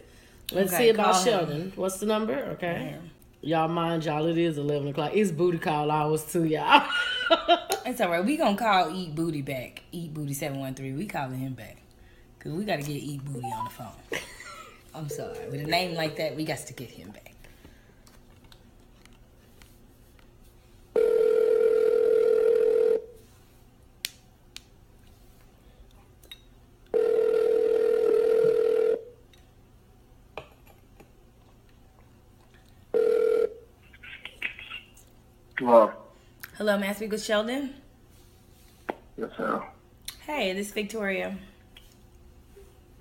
S3: Let's
S2: Okay,
S3: see about
S2: call him.
S3: Sheldon. What's the number? Okay. Y'all mind y'all, it is eleven o'clock. It's booty call hours too, y'all.
S2: It's all right. We gonna call Eat Booty back. Eat Booty seven one three. We calling him back because we gotta get Eat Booty on the phone. I'm sorry. With a name like that, we got to get him back.
S4: Well,
S2: Hello, may I speak with Sheldon?
S4: yes, sir.
S2: Hey, this is Victoria.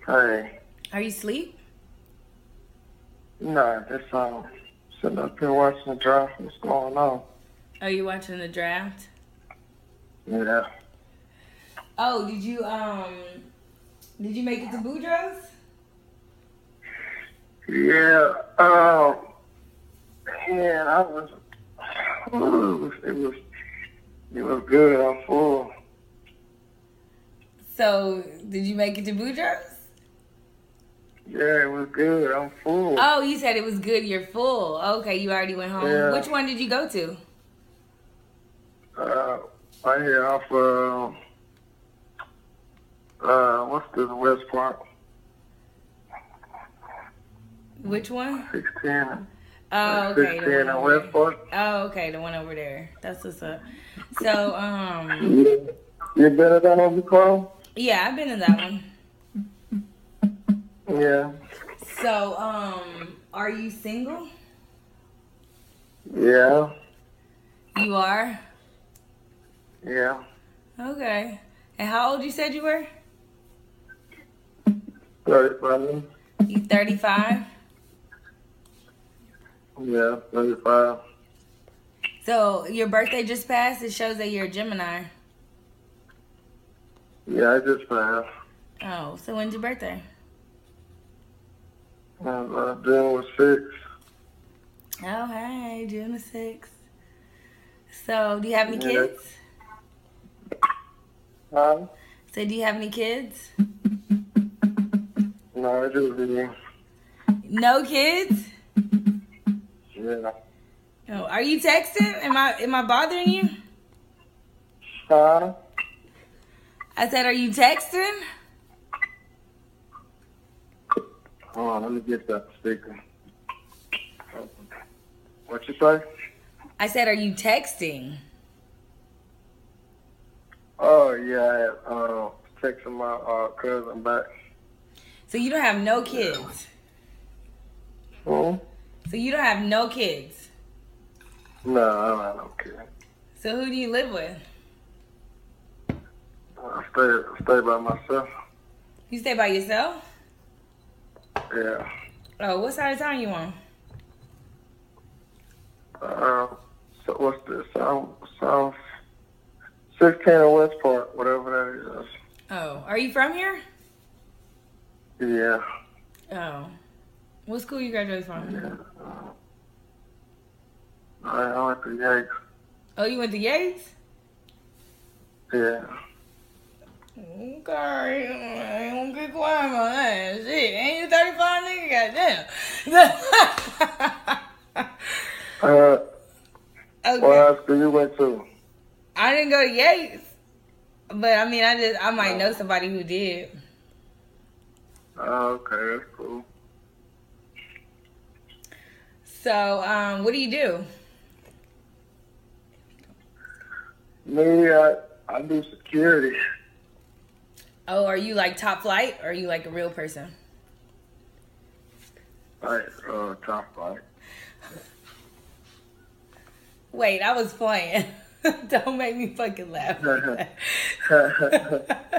S4: Hey,
S2: Are you asleep?
S4: nah, just um, sitting up here watching the draft. What's going on?
S2: Are you watching the draft?
S4: Yeah.
S2: Oh, did you um, did you make it to Boudreaux?
S4: Yeah, um, yeah, I was, ooh, it was, it was good, I'm full.
S2: So, did you make it to Boudreaux?
S4: Yeah, it was good, I'm full.
S2: Oh, you said it was good. You're full. Okay, you already went home.
S4: Yeah.
S2: Which one did you go to?
S4: Uh, I hear off, um, uh, what's this, West Park,
S2: Which one?
S4: 16,
S2: Oh, okay.
S4: 16
S2: the one
S4: and
S2: over
S4: West
S2: there.
S4: Park?
S2: Oh, okay, the one over there. That's what's up. So, um,
S4: You been to that one before?
S2: yeah, I've been in that one.
S4: Yeah,
S2: So, um, are you single?
S4: yeah,
S2: You are.
S4: yeah,
S2: Okay. And how old you said you were?
S4: thirty-five,
S2: You 35.
S4: yeah, thirty-five,
S2: So, your birthday just passed. It shows that you're a Gemini.
S4: yeah, I just passed.
S2: Oh, so when's your birthday?
S4: And, uh, then was six.
S2: Oh, hey, June the 6th. So, do you have any
S4: Yeah.
S2: kids?
S4: Huh?
S2: So, do you have any kids?
S4: No, it just be
S2: No kids?
S4: yeah.
S2: Oh, are you texting? Am I am I bothering you?
S4: Huh?
S2: I said, are you texting?
S4: Hold on, let me get that speaker. What you say?
S2: I said, are you texting?
S4: Oh yeah, I uh texting my uh cousin back.
S2: So you don't have no kids.
S4: Hmm?
S2: So you don't have no kids.
S4: No, I don't care.
S2: So who do you live with?
S4: I stay stay by myself.
S2: You stay by yourself?
S4: Yeah.
S2: Oh, what side of town you on?
S4: Uh so what's this? South South sixteen of Westport, whatever
S2: Oh, are you from here?
S4: that is. Yeah.
S2: Oh. What school you graduated from?
S4: I I like the Yanks.
S2: Oh, you went to Yates?
S4: Yeah.
S2: Okay, I don't get quiet about that shit. Ain't you 35 nigga? Goddamn.
S4: Uh
S2: okay.
S4: what high school you went to?
S2: I didn't go to Yates. But I mean, I just I might know somebody who did.
S6: Oh, okay, that's cool.
S2: So, um, what do you do?
S6: Me, I, I do security.
S2: Oh, are you like top flight or are you like a real person?
S6: Like, uh, top flight.
S2: Wait, I was playing. Don't make me fucking laugh.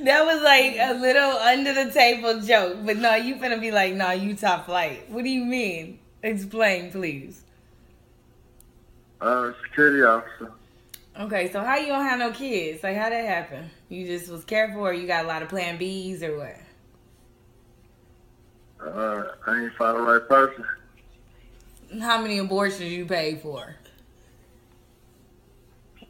S2: that was like a little under the table joke, but no, you finna be like, no, you top flight. What do you mean? Explain, please.
S6: Uh, security officer.
S2: Okay, so how you don't have no kids? Like, how that happen? You just was careful, or you got a lot of Plan Bs, or what?
S6: Uh, I ain't find the right person.
S2: How many abortions you paid for?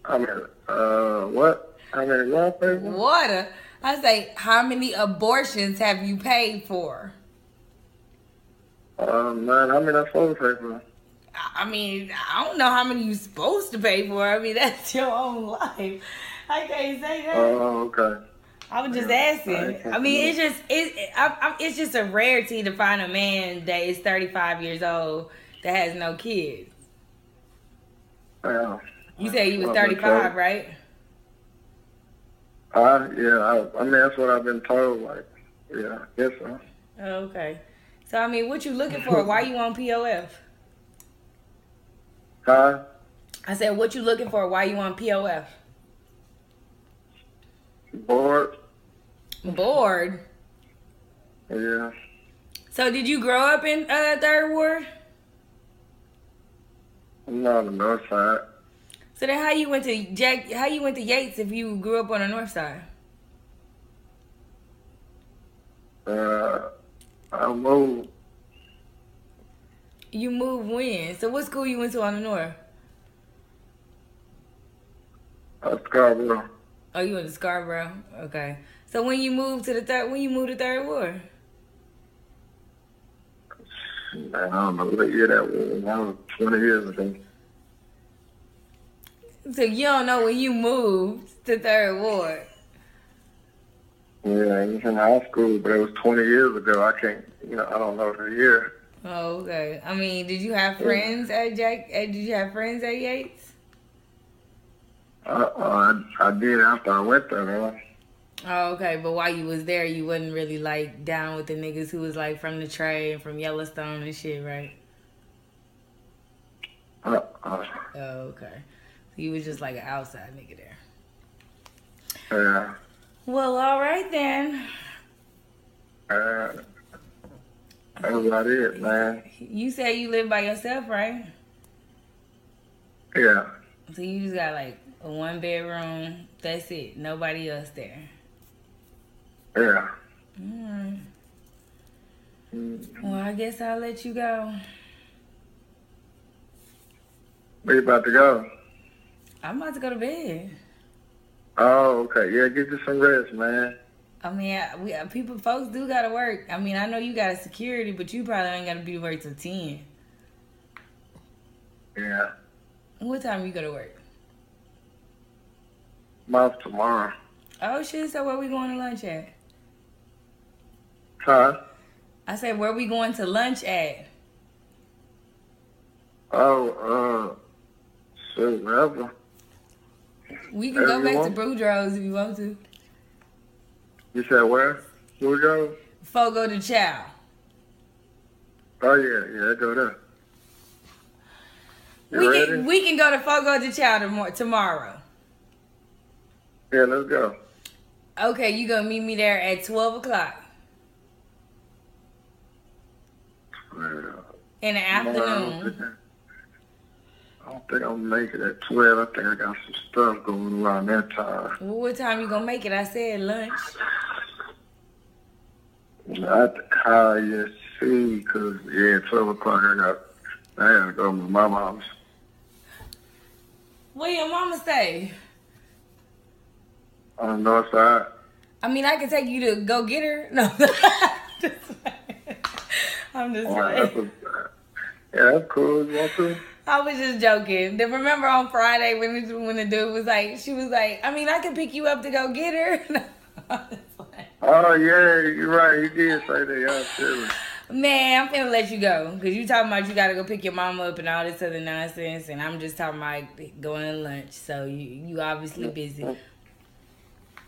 S6: I mean, uh, what? I mean, what people?
S2: Water. I say, how many abortions have you paid for?
S6: Uh,
S4: Um,
S6: man, I mean, I'm supposed to pay for it.
S2: I I mean, I don't know how many you supposed to pay for. I mean, that's your own life. I can't say that.
S6: Oh, okay.
S2: I was just
S6: yeah,
S2: asking.
S6: I can't
S2: I mean,
S6: do
S2: it's just it. I, I, it's just a rarity to find a man that is 35 years old that has no kids.
S6: Yeah.
S2: You said you was
S6: Well, that's
S2: 35, right?
S6: right.
S4: Uh,
S6: I, yeah, I, I mean, that's what I've been told, like, yeah, I guess so.
S2: Oh, Okay. So I mean, what you looking for? Why you on POF?
S6: Huh?
S2: I said, what you looking for? Why you on POF?
S6: Bored?
S2: Bored.
S6: Yeah.
S2: So did you grow up in uh, Third Ward?
S6: I'm not on the north side.
S2: So then, how you went to Jack? How you went to Yates if you grew up on the North Side?
S6: Uh, I moved,
S2: You moved when? So what school you went to on the North?
S6: I Scarborough.
S2: Oh, you went to Scarborough. Okay. So when you moved to the third, when you moved to Third Ward?
S6: Man, I don't know what year that was. That was 20 years ago.
S2: So you don't know when you moved to Third Ward.
S6: Yeah, it was in high school, but it was 20 years ago. I can't, you know, I don't know the year.
S2: Oh, okay. I mean, did you have friends at Jack? uh, Did you have friends at Yates?
S6: I, I, Uh, I did after I went there, man.
S2: Oh, okay. But while you was there, you wasn't really like down with the niggas who was like from the trade and from Yellowstone and shit, right?
S6: Uh, uh,
S2: Oh, okay. So you was just like an outside nigga there.
S6: yeah.
S2: Well, all right then.
S6: Uh, that's about it, man.
S2: You said you live by yourself, right?
S6: Yeah.
S2: So you just got like a one bedroom. That's it. Nobody else there.
S6: Yeah.
S2: Alright. Well, I guess I'll let you go.
S6: We about to go.
S2: I'm about to go to bed.
S6: Oh, okay. Yeah, get you some rest, man.
S2: I mean, I- we uh, people, folks do gotta work. I mean, I know you got a security, but you probably ain't gotta be to work till ten.
S6: Yeah.
S2: What time you go to work?
S6: Mouth tomorrow.
S2: Oh shit! So where we going to lunch at?
S6: Huh?
S2: I said, where we going to lunch at?
S6: Oh, uh, shoot, whatever.
S2: We can go
S6: Wherever
S2: back
S6: you
S2: to Boudreaux's if you want to.
S6: You said where? Here we go?
S2: Fogo to Chow.
S6: Oh, yeah, yeah, go there. You
S2: We
S6: ready?
S2: can we can go to Fogo to Chow tomor- tomorrow.
S6: yeah, let's go.
S2: Okay, you gonna meet me there at twelve o'clock in
S6: Yeah.
S2: the
S6: Man, I don't
S2: afternoon.
S6: think I- I don't think I'll make it at 12. I think I got some stuff going around that time.
S2: Well, what time you gonna make it? I said lunch.
S6: I how you see, E cause yeah, twelve o'clock. I got, I gotta go to my mom's.
S2: What your mama say?
S6: On the north side.
S2: I mean, I can take you to go get her. No, Just playing. I'm just
S6: Oh,
S2: like,
S6: that's a, yeah, that's cool. You want to?
S2: I was just joking. Then remember on Friday when this, when the dude was like, she was like, I mean, I can pick you up to go get her. I was like,
S4: Oh yeah, you're right. He did say that. Y'all silly.
S2: Man, I'm finna let you go because you talking about you gotta go pick your mama up and all this other nonsense, and I'm just talking about going to lunch. So you you obviously busy.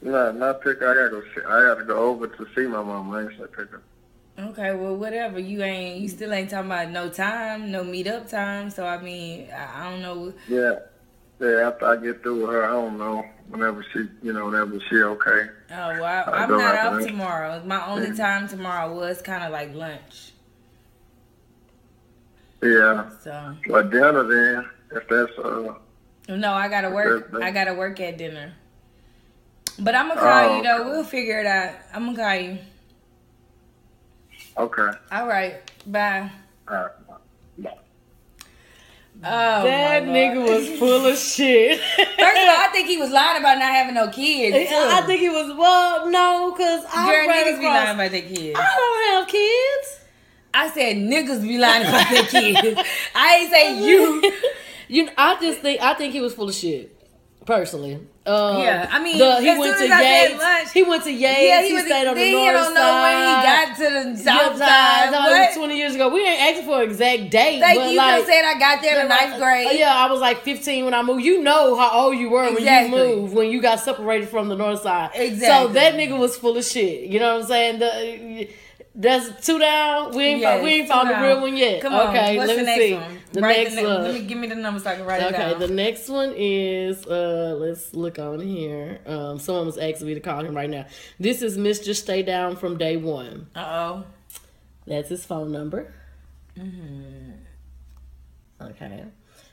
S4: No, not pick. I gotta go. See, I gotta go over to see my mom. I ain't say pick her.
S2: Okay, well, whatever. You ain't you still ain't talking about no time, no meet up time. So I mean, I, I don't know.
S4: Yeah, yeah. After I get through with her, I don't know. Whenever she, you know, whenever she okay.
S2: Oh well, I,
S4: I
S2: I'm
S4: don't
S2: not
S4: have
S2: up
S4: lunch.
S2: tomorrow. My only time tomorrow was kind of like lunch.
S4: Yeah.
S2: So
S4: Or dinner then, if that's uh.
S2: no, I gotta work.
S4: Thursday.
S2: I gotta work at dinner. But I'm gonna call
S4: Oh,
S2: you though.
S4: okay.
S2: We'll figure it out. I'm gonna call you.
S4: Okay.
S2: All right. Bye.
S4: All right. Bye.
S2: Oh, that
S3: That nigga was full of shit.
S2: First of all, I think he was lying about not having no kids. Too.
S3: I think he was well, no, cause I
S2: Girl,
S3: ran
S2: niggas be lying
S3: across.
S2: about their kids.
S3: I don't have kids.
S2: I said niggas be lying about their kids. I ain't say you.
S3: you, know, I just think I think he was full of shit. Personally, um,
S2: Yeah, I mean,
S3: the, he
S2: as
S3: went to
S2: soon as I said
S3: Yates.
S2: lunch-
S3: he went to Yates.
S2: Yeah,
S3: he,
S2: he was.
S3: stayed on the
S2: then
S3: north
S2: you don't know when he
S3: side.
S2: got to the
S3: Yeah,
S2: south side.
S3: nah, nah, it was
S2: What?
S3: Twenty years ago, we ain't asking for an exact date.
S2: Thank
S3: but
S2: you
S3: like,
S2: for saying I got there in the ninth grade.
S3: Uh, Yeah, I was like 15 when I moved. You know how old you were
S2: Exactly.
S3: when you moved, when you got separated from the north side. So
S2: Exactly.
S3: that nigga was full of shit. You know what I'm saying? The, that's two down. We ain't,
S2: Yes,
S3: fi- we ain't found
S2: two
S3: the
S2: down.
S3: real one yet.
S2: Come on.
S3: okay,
S2: What's
S3: let
S2: the
S3: me
S2: next
S3: see.
S2: one?
S3: The
S2: Write
S3: next
S2: the ne-
S3: one.
S2: Let me give me the number so I can write it
S3: Okay,
S2: down.
S3: the next one is uh let's look on here. Um someone was asking me to call him right now. This is Mr. Stay Down from day one.
S2: Uh oh.
S3: That's his phone number.
S2: Mm-hmm.
S3: Okay.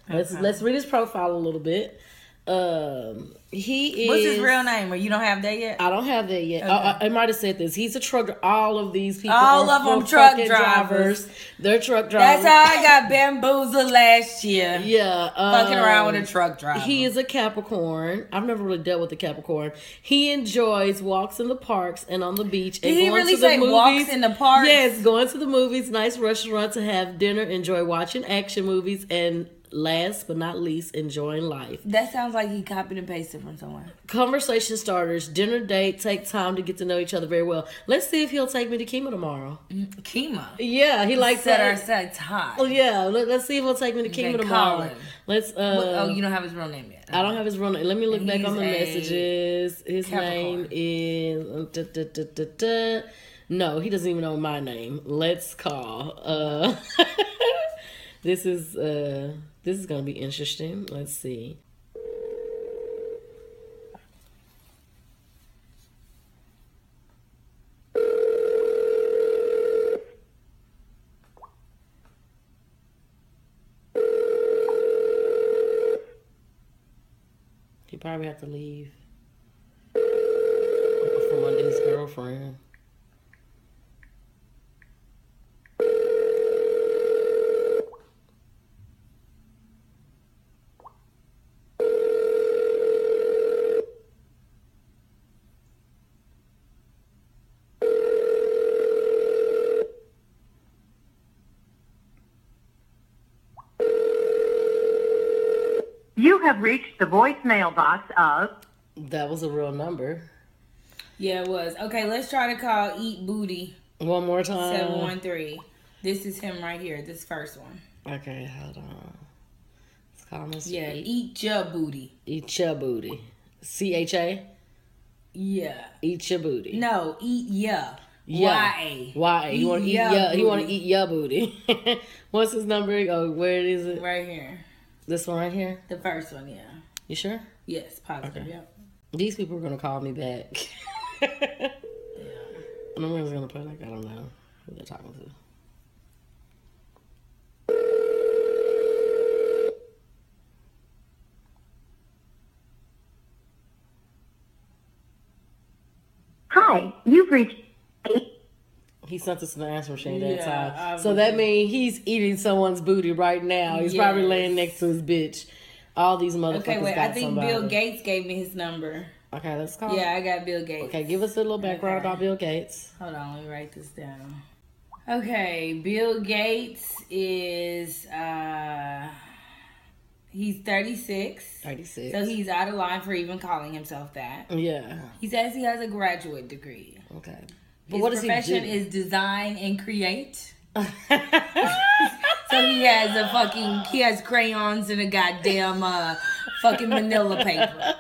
S3: Let's let's read his profile a little bit. Um, he is.
S2: What's his real name? Or you don't have that yet?
S3: I don't have that yet. I, I- I might have said this. He's a truck. All of these people.
S2: All
S3: are
S2: of 'em
S3: full
S2: truck
S3: fucking
S2: drivers.
S3: They're truck drivers.
S2: That's how I got bamboozled last year.
S3: Yeah.
S2: Fucking around
S3: um,
S2: with a truck driver.
S3: He is a Capricorn. I've never really dealt with a Capricorn. He enjoys walks in the parks and on the beach. and
S2: Did he
S3: going
S2: really
S3: to the
S2: say
S3: movies.
S2: walks in the parks?
S3: Yes, going to the movies, nice restaurant to have dinner, enjoy watching action movies, and last but not least, enjoying life.
S2: That sounds like he copied and pasted from somewhere.
S3: Conversation starters, dinner date, take time to get to know each other very well. Let's see if he'll take me to chemo tomorrow.
S2: Kima.
S3: Yeah, he likes
S2: Set
S3: that.
S2: our sights high.
S3: Oh yeah, let, us see if he'll take me to
S2: Okay,
S3: chemo
S2: call
S3: tomorrow.
S2: him.
S3: Let's. Uh,
S2: oh, you don't have his real name yet.
S3: I don't have his real name. Let me look back on the
S2: He's a
S3: messages. His name
S2: Capricorn.
S3: is. uh, da, da, da, da, da. No, he doesn't even know my name. Let's call. Uh, this is uh, this is gonna be interesting. Let's see. He probably have to leave from under his girlfriend.
S5: You have reached the voicemail box of
S3: That was a real number.
S2: Yeah, it was. Okay, let's try to call Eat Booty
S3: One more time.
S2: 713. This is him right here, this first one.
S3: Okay, hold on. Let's call Mr.
S2: Yeah,
S3: E-
S2: Eat Your Booty.
S3: Eat your booty. E- C H A.
S2: Yeah.
S3: Eat your booty.
S2: No, Eat Ya.
S3: Yeah.
S2: Y-A.
S3: Why? He want to eat
S2: Eat your
S3: yeah. He want to
S2: booty.
S3: eat your booty. What's his number? Oh, where is it?
S2: Right here.
S3: This one right here.
S2: The first one, yeah.
S3: You sure?
S2: Yes, positive.
S3: Okay.
S2: Yep.
S3: These people are gonna call me back. And I'm just gonna put like I don't know who they're talking to.
S5: Hi, you've reached
S3: He sent us an answer machine that
S2: Yeah,
S3: time.
S2: I
S3: So
S2: would-
S3: that means he's eating someone's booty right now. He's probably
S2: Yes.
S3: laying next to his bitch. All these motherfuckers
S2: Okay, wait.
S3: got
S2: I think
S3: somebody.
S2: Bill Gates gave me his number.
S3: Okay, let's call.
S2: Yeah, I got Bill Gates.
S3: Okay, give us a little background
S2: Okay.
S3: about Bill Gates.
S2: Hold on, let me write this down. Okay, Bill Gates is uh He's 36.
S3: 36.
S2: So he's out of line for even calling himself that.
S3: yeah.
S2: He says he has a graduate degree.
S3: Okay.
S2: His
S3: what does he
S2: profession
S3: do?
S2: is design and create. So he has a fucking he has crayons and a goddamn uh fucking manila paper.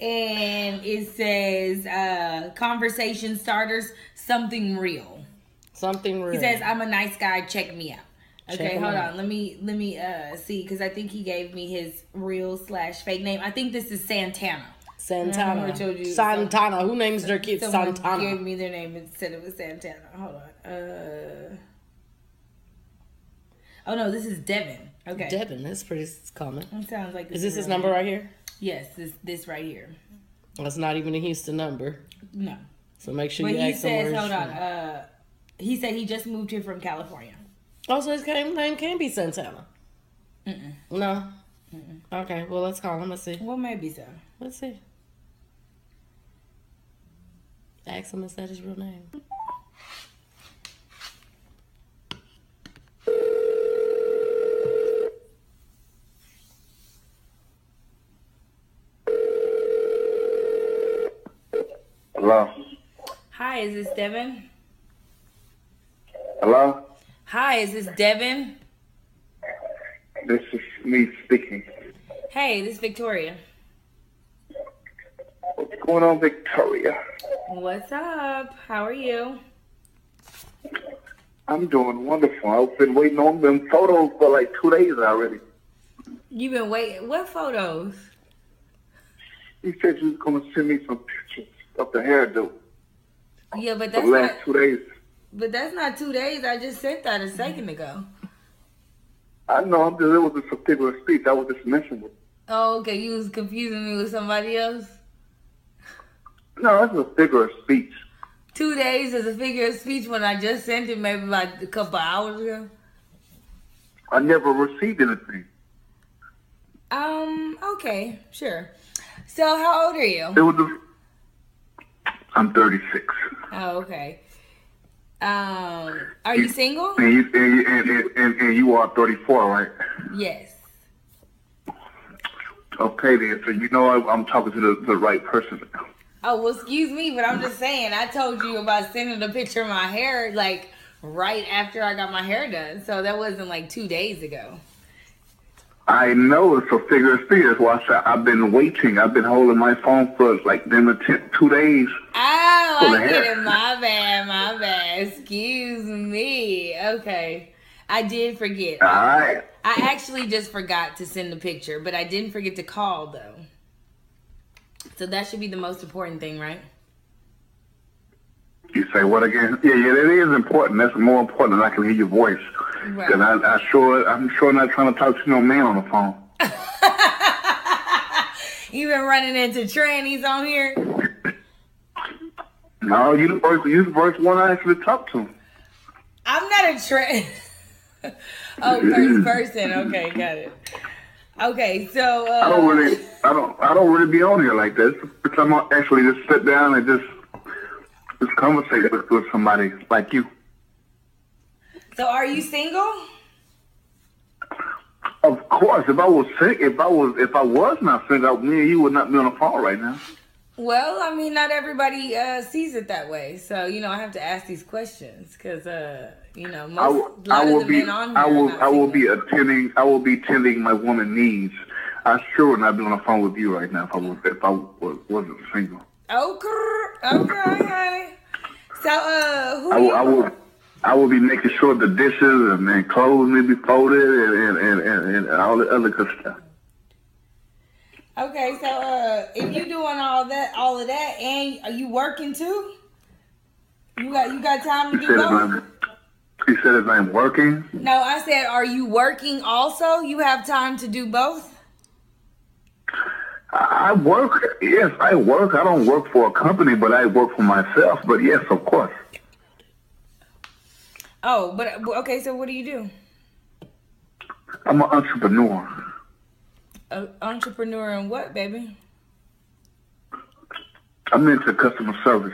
S2: And it says uh conversation starters, something real.
S3: Something real.
S2: He says I'm a nice guy, check me out. Okay,
S3: him
S2: hold
S3: out.
S2: on. Let me let me uh see because I think he gave me his real slash fake name. I think this is Santana.
S3: Santana.
S2: I told you
S3: Santana. Who names their kids
S2: Someone
S3: Santana?
S2: gave me their name instead of Santana. Hold on. Uh Oh no, this is Devin. Okay.
S3: Devin. That's pretty common.
S2: It sounds like
S3: Is this his
S2: real
S3: number right here?
S2: Yes, this this right here.
S3: That's not even a Houston number.
S2: No,
S3: So make sure
S2: but
S3: you
S2: he
S3: ask him where
S2: says,
S3: he's
S2: hold on.
S3: from.
S2: Uh, he said he just moved here from California.
S3: Also, Oh, his name, name can be Santana. No. Okay, well, let's call him. Let's see.
S2: Well, maybe so.
S3: Let's see. Ask him, is that his real name?
S6: Hello.
S2: Hi, is this Devin?
S6: Hello.
S2: Hi, is this Devin?
S6: This is me speaking.
S2: Hey, this is Victoria.
S6: What's going on, Victoria?
S2: What's up? How are you?
S6: I'm doing wonderful. I've been waiting on them photos for like two days already.
S2: You've been waiting. What photos?
S6: You said you was gonna send me some pictures of the hairdo
S2: Yeah, but
S6: the
S2: that's
S6: last
S2: not.
S6: two days.
S2: But that's not two days. I just sent that a second ago.
S6: I know I'm just, it was a particular speech. I was just mentioning it.
S2: Oh, okay. You was confusing me with somebody else.
S6: No, it's a figure of speech.
S2: Two days is a figure of speech when I just sent it maybe like a couple hours ago.
S6: I never received anything.
S2: Um, okay, sure. So how old are you?
S6: It was a, I'm 36.
S2: Oh, okay. Um, are you single?
S6: And you, and, you- and, and, and, and you are 34, right?
S2: Yes.
S6: Okay, then. So you know I, I'm talking to the, the right person.
S2: Oh, well, excuse me, but I'm just saying, I told you about sending a picture of my hair like right after I got my hair done. So that wasn't like two days ago.
S6: I know it's a figure of speech. That's why I said I've been waiting. I've been holding my phone for like damn near ten- two days.
S2: Oh, I
S6: Well,
S2: get
S6: yeah.
S2: it. My bad, my bad. Excuse me. Okay. I did forget.
S6: All right.
S2: I actually just forgot to send the picture, but I didn't forget to call though. So that should be the most important thing, right?
S6: You say what again? Yeah, yeah, it is important. That's more important than I can hear your voice.
S2: Right.
S6: Because I, I sure, I'm sure not trying to talk to no man on the phone.
S2: you been running into trannies on here.
S6: No, you the first, you the first one I actually talked to.
S2: I'm not a tran. oh, first person. Okay, got it. Okay, so uh,
S6: I don't really, I don't, I don't really be on here like this. But I'm gonna actually just sit down and just, just conversate with, with somebody like you.
S2: so are you single?
S6: Of course, if I was sick, if I was, if I was not sick, I, me and you would not be on the phone right now.
S2: Well, I mean, not everybody uh, sees it that way. So you know, I have to ask these questions because uh, you know,
S6: I
S2: most
S6: will,
S2: a lot
S6: I
S2: of
S6: will
S2: the
S6: be,
S2: men on here
S6: I
S2: are
S6: will,
S2: not
S6: I
S2: single.
S6: will be attending, I will be tending my woman needs. I sure would not be on the phone with you right now if I was, if I was, wasn't single.
S2: Okay. Oh, Okay. So, uh, who
S6: I
S2: you,
S6: will, I will, I will be making sure the dishes and, and clothes may be folded and, and, and, and, and all the other good stuff.
S2: Okay, so uh, if you doing all that, all of that, and are you working too? You got you got time to
S6: You
S2: do
S6: said it's
S2: both?
S6: not, you said it's not working.
S2: No, I said, are you working also? You have time to do both?
S6: I I work, yes, I work. I don't work for a company, but I work for myself. But yes, of course.
S2: Oh, but but- okay. So what do you do?
S6: I'm an entrepreneur.
S2: Uh, entrepreneur and what, baby?
S6: I'm into customer service.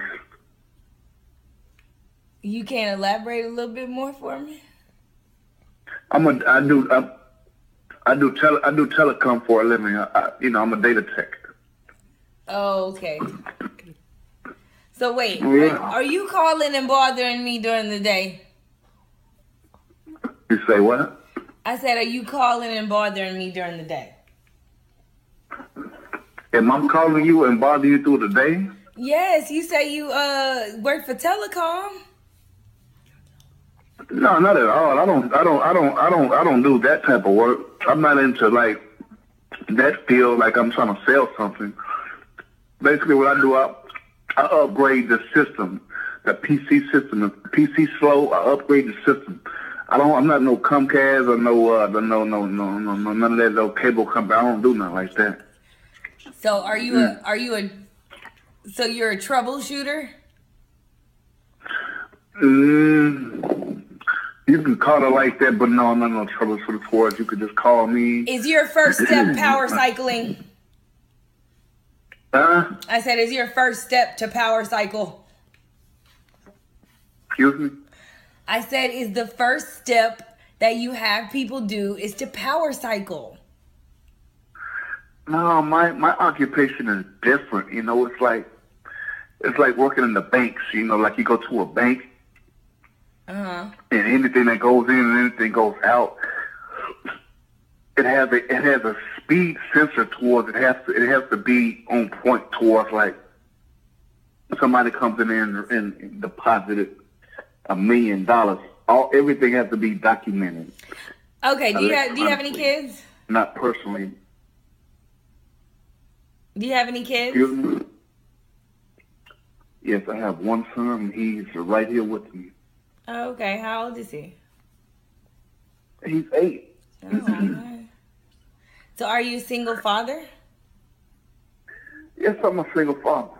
S2: You can elaborate a little bit more for me.
S6: I'm a, I do, I'm, I do tele I do telecom for a living. I, I, you know, I'm a data tech.
S2: Oh, okay. So wait,
S6: Yeah.
S2: are, are you calling and bothering me during the day?
S6: You say what?
S2: I said, are you calling and bothering me during the day?
S6: Am I calling you and bothering you through the day?
S2: Yes, you say you uh work for telecom.
S6: No, not at all. I don't. I don't. I don't. I don't. I don't do that type of work. I'm not into like that field. Like I'm trying to sell something. Basically, what I do, I, I upgrade the system, the PC system. The PC slow. I upgrade the system. I don't. I'm not no Comcast or no. Uh, no. No. No. No. No. None of that. No cable company. I don't do nothing like that.
S2: So are you a are you a so you're a troubleshooter?
S6: Mm, you can call it like that, but no, I'm not no trouble for the force. You could just call me.
S2: Is your first step power cycling?
S6: Huh?
S2: I said, is your first step to power cycle?
S6: Excuse me.
S2: I said, is the first step that you have people do is to power cycle.
S6: No, my my occupation is different. You know, it's like it's like working in the banks. You know, like you go to a bank
S2: Uh-huh.
S6: and anything that goes in and anything goes out, it has a it has a speed sensor towards it has to it has to be on point towards like somebody comes in and, and deposited a million dollars. All everything has to be documented,
S2: Okay, do you have do you have any
S6: Electronically.
S2: kids?
S6: not personally.
S2: Do you have any kids?
S6: Excuse me? Yes, I have one son. He's right here with me.
S2: Oh, okay, how old is he?
S6: He's eight.
S2: Oh, alright. so are you a single father?
S6: Yes, I'm a single father.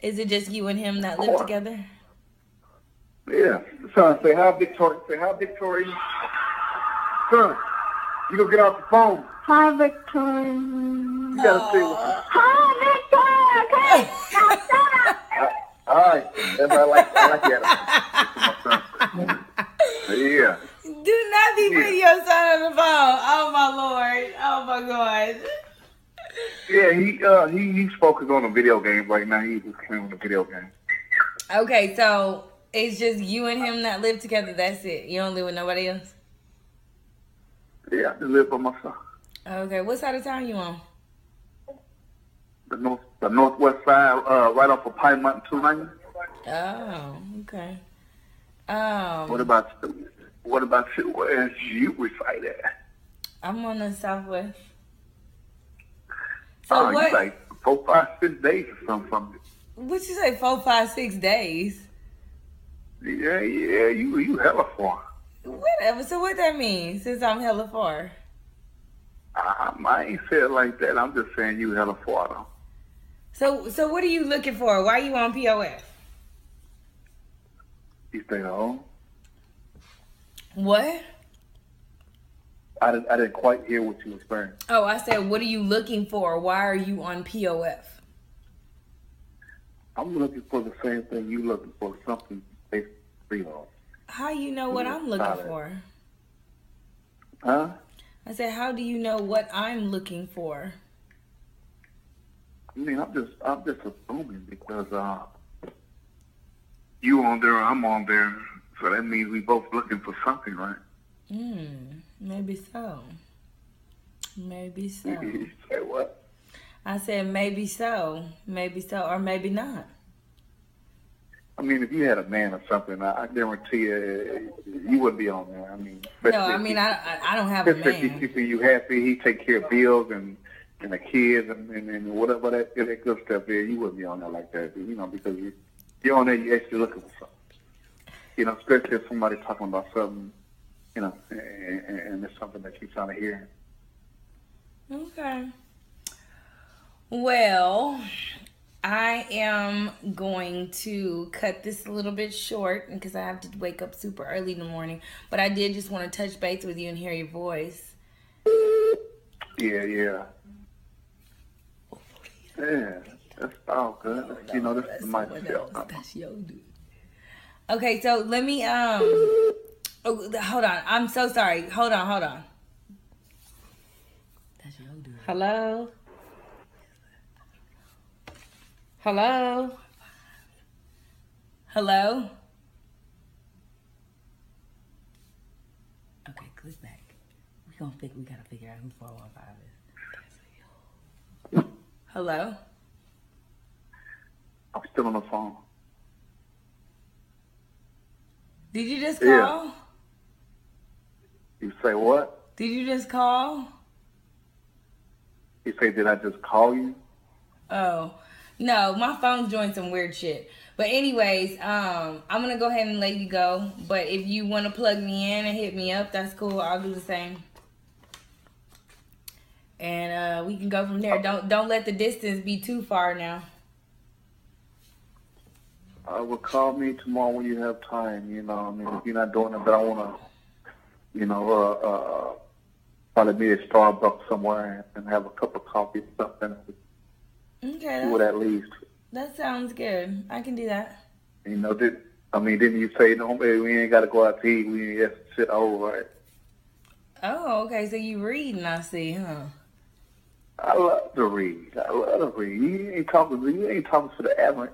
S2: Is it just you and him that
S6: Of
S2: live
S6: course.
S2: together?
S6: Yeah. Son, say hi, Victoria. Say hi, Victoria. Son, you gonna get off the phone.
S5: Hi, Victoria.
S6: You gotta say what's
S5: Hi, Victoria. Okay.
S6: All right. Everybody like, I like that. yeah.
S2: Do not be putting your son on the phone. Oh my lord. Oh my god.
S6: Yeah, he uh he, he's focused on the video games right now. He's just playing with the video game.
S2: Okay, so it's just you and him that live together. That's it. You don't live with nobody else.
S6: Yeah, I just live by myself.
S2: Okay, what side of town you on?
S6: The north the northwest side, uh, right off of Piedmont two ninety.
S2: Oh, okay. Um,
S6: What about what about you? Where is you reside at?
S2: I'm on the southwest. So
S6: Oh,
S2: what?
S6: you like four, five, six days or something from
S2: what you say? Four, five, six days.
S6: it. Yeah, yeah, you you hella far.
S2: Whatever. So what that means? Since I'm hella far.
S6: I, I- I ain't said it like that. I'm just saying you hella far though.
S2: So so what are you looking for? Why you on POF?
S6: You oh, stay at home.
S2: What?
S6: I didn't I didn't quite hear what you were saying.
S2: Oh, I said, what are you looking for? Why are you on POF?
S6: I'm looking for the same thing you looking for, something basically free on.
S2: How you know what I'm looking
S6: Solid.
S2: for?
S6: Huh?
S2: I said, how do you know what I'm looking for?
S6: I mean I'm just I'm just assuming because uh you on there, I'm on there. So that means we both looking for something, right?
S2: Hmm, maybe so. Maybe so.
S6: You say what?
S2: I said, maybe so. Maybe so, or maybe not.
S6: I mean, if you had a man or something, I, I guarantee you, uh, you wouldn't be on there. I mean,
S2: No, I mean, I, I, I don't have a
S6: especially if he's
S2: man.
S6: keeping you happy, he take care of bills and and the kids and and, and whatever that that good stuff is. You wouldn't be on there like that, you know, because you you're on there, you actually looking for something. You know, especially if somebody talking about something, you know, and, and, and it's something that you're trying to hear.
S2: Okay. Well, I am going to cut this a little bit short because I have to wake up super early in the morning. But I did just want to touch base with you and hear your voice.
S6: Yeah, yeah. Yeah, that's all good. You know, this is
S2: Someone
S6: myself.
S2: else. That's your dude. Okay, so let me um. Oh, hold on. I'm so sorry. Hold on. Hold on. Hello? Hello? Hello?
S7: Okay, click back. We gonna fig- we gotta figure out who four one five is.
S2: Hello?
S6: I'm still on the phone.
S2: Did you just call?
S6: Yeah. You say what?
S2: Did you just call?
S6: You say, did I just call you?
S2: Oh. No, my phone's doing some weird shit. But anyways, um, I'm gonna go ahead and let you go. But if you wanna plug me in and hit me up, that's cool. I'll do the same. And uh, we can go from there. Don't don't let the distance be too far now.
S6: I will uh, call me tomorrow when you have time. You know, I mean, if you're not doing it, but I want to, you know, uh, uh, probably meet at Starbucks somewhere and have a cup of coffee or something. See
S2: Okay,
S6: what
S2: that,
S6: that leads to.
S2: that sounds good. I can do that.
S6: You know, did, I mean, didn't you say, no, baby, we ain't got to go out to eat. We ain't got shit over, right?
S2: Oh, okay. So you reading? I see, huh?
S6: I love to read. I love to read. You ain't talking, you ain't talking to the average.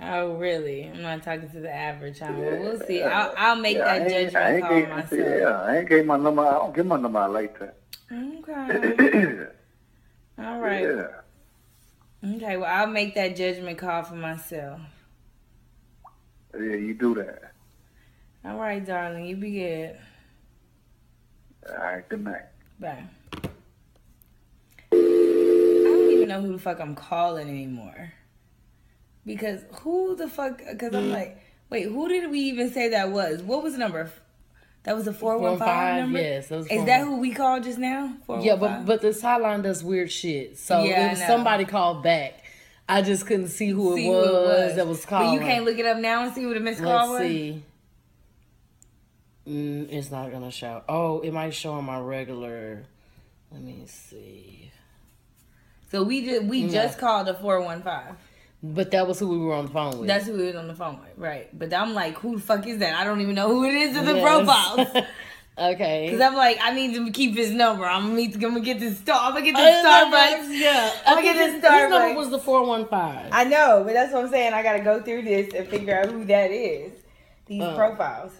S2: Oh, really? I'm not talking to the average. Huh? Well, we'll see.
S6: Yeah.
S2: I'll, I'll make
S6: Yeah, I
S2: that
S6: ain't-
S2: judgment
S6: I ain't
S2: call
S6: gave-
S2: myself.
S6: Yeah, I ain't gave my number. I don't give my number out like that.
S2: Okay. All right.
S6: Yeah.
S2: Okay, well, I'll make that judgment call for myself.
S6: Yeah, you do that.
S2: All right, darling, you be good.
S6: All right, good night.
S2: Bye. I don't even know who the fuck I'm calling anymore. Because who the fuck? Because I'm like, wait, who did we even say that was? What was the number? That was a 415 number?
S3: yes. That was
S2: Is that who we called just now?
S3: Yeah,
S2: 415?
S3: but but this hotline does weird shit. So
S2: Yeah, I
S3: if
S2: know.
S3: somebody called back, I just couldn't see who,
S2: See
S3: it,
S2: who
S3: was that was calling.
S2: But you can't look it up now and see who the missed call
S3: Let's
S2: was?
S3: see. Mm, it's not gonna show. Oh, it might show on my regular. Let me see.
S2: So we just, we just called a 415.
S3: But that was who we were on the phone with.
S2: That's who it was on the phone with, right? But I'm like, who the fuck is that? I don't even know who it is in the
S3: Yes.
S2: profiles. profile.
S3: okay.
S2: Cause I'm like, I need to keep his number. I'm gonna need to, I'm gonna get this star. I'm gonna get
S3: Oh,
S2: this
S3: Starbucks,
S2: Starbucks.
S3: Yeah.
S2: I'm gonna
S3: I think
S2: get
S3: his, his
S2: this
S3: number
S2: Starbucks.
S3: was the four one five.
S2: I know, but that's what I'm saying. I gotta go through this and figure out who that is. These
S3: Uh.
S2: profiles.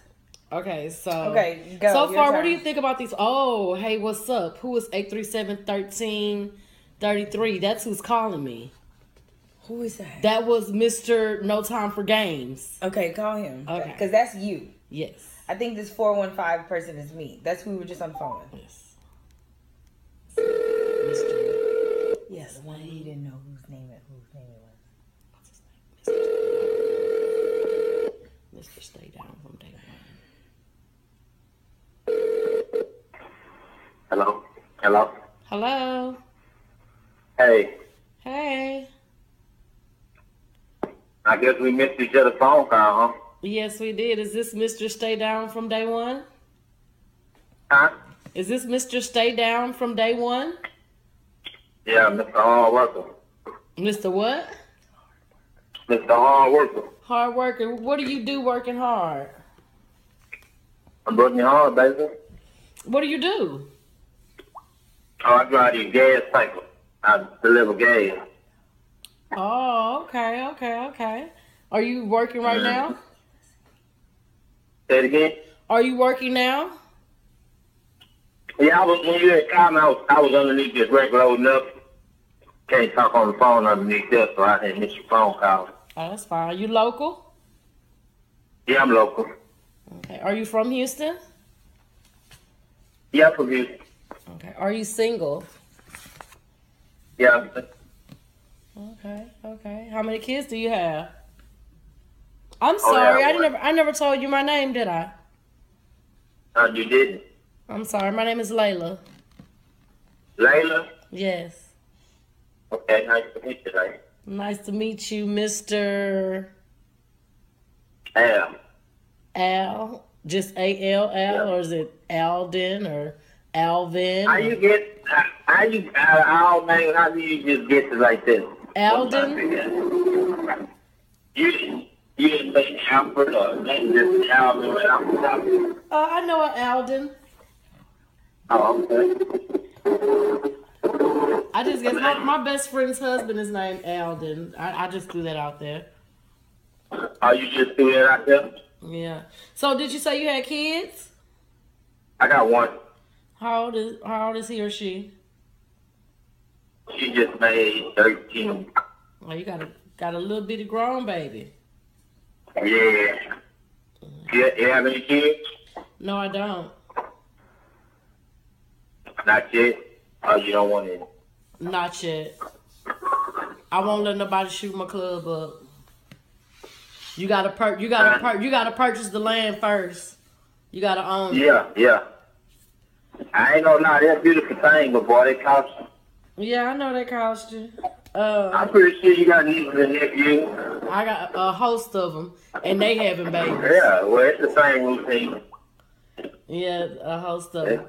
S3: Okay, so
S2: Okay, go,
S3: So
S2: your
S3: far, what
S2: turn.
S3: do you think about these? Oh, hey, what's up? Who is eight three seven thirteen thirty three? That's who's calling me.
S2: Who is that?
S3: That was Mister No Time for Games.
S2: Okay, call him.
S3: Okay.
S2: Cause that's you.
S3: Yes.
S2: I think this 415 person is me. That's who we were just on the phone with.
S3: Yes. Mr.
S2: Yes, the one who you didn't know whose name it whose name it was.
S3: What's his name? Mr. Mr. Stay down from day one.
S4: Hello? Hello?
S3: Hello.
S4: Hey,
S3: Hey.
S4: I guess we missed each other's phone call,
S3: Yes, we did. Is this Mr. Stay Down from day one?
S4: huh? Huh?
S3: Is this Mr. Stay Down from day one?
S4: Yeah, Mr. Hall Russell.
S3: Mr. What?
S4: Mr. Hall Russell.
S3: Hard worker. What do you do working hard?
S4: I'm working hard, baby.
S3: What do you do?
S4: Oh, I drive these gas tankers. I deliver gas.
S3: Oh, okay, okay, okay. Are you working right now?
S4: Say it again?
S3: Are you working now?
S4: Yeah, I was, when you had called me, I was, I was underneath this wreck loading up. Can't talk on the phone underneath that, so I didn't miss your phone call.
S3: Oh, that's fine. You local?
S4: Yeah, I'm local.
S3: Okay. Are you from Houston?
S4: Yeah, I'm from Houston.
S3: Okay. Are you single?
S4: Yeah, I'm-
S3: Okay, okay. How many kids do you have? I'm sorry,
S4: Oh, yeah,
S3: I
S4: one.
S3: never I never told you my name, did I?
S4: uh, you didn't.
S3: I'm sorry, my name is Layla.
S4: Layla?
S3: Yes.
S4: Okay, nice to meet you, Layla.
S3: Nice to meet you, Mr.
S4: Yeah,
S3: Al. Just A L L or is it Alden or Alvin?
S4: how you get, how- how you, out of all names, how do you just get to like this?
S3: Alden?
S4: You didn't, you didn't say Alfred or nothing, just Alvin right off the top.
S3: Uh, I know an Alden.
S4: Oh, okay.
S3: I just guess my, my best friend's husband is named Alden. I, I just threw that out there.
S8: Are Oh, you just doing that out there?
S3: Yeah. So did you say you had kids?
S8: I got one.
S3: How old is how old is he or she?
S8: She just made 13.
S3: Oh, you got a got a little bitty grown baby.
S8: Yeah. You, you have any kids?
S3: No, I don't.
S8: Not yet. Oh, you don't want any.
S3: Not yet. I won't let nobody shoot my club up. You gotta per you gotta per you gotta purchase the land first. You gotta own it.
S8: Yeah, yeah. I ain't gonna lie, that's a beautiful thing, but boy, that cost.
S3: Yeah, I know that cost you. Uh,
S8: I'm pretty sure you got nieces and nephews.
S3: I got a host of them, and they having babies.
S8: Yeah, well, it's the same routine.
S3: Yeah, a host of them.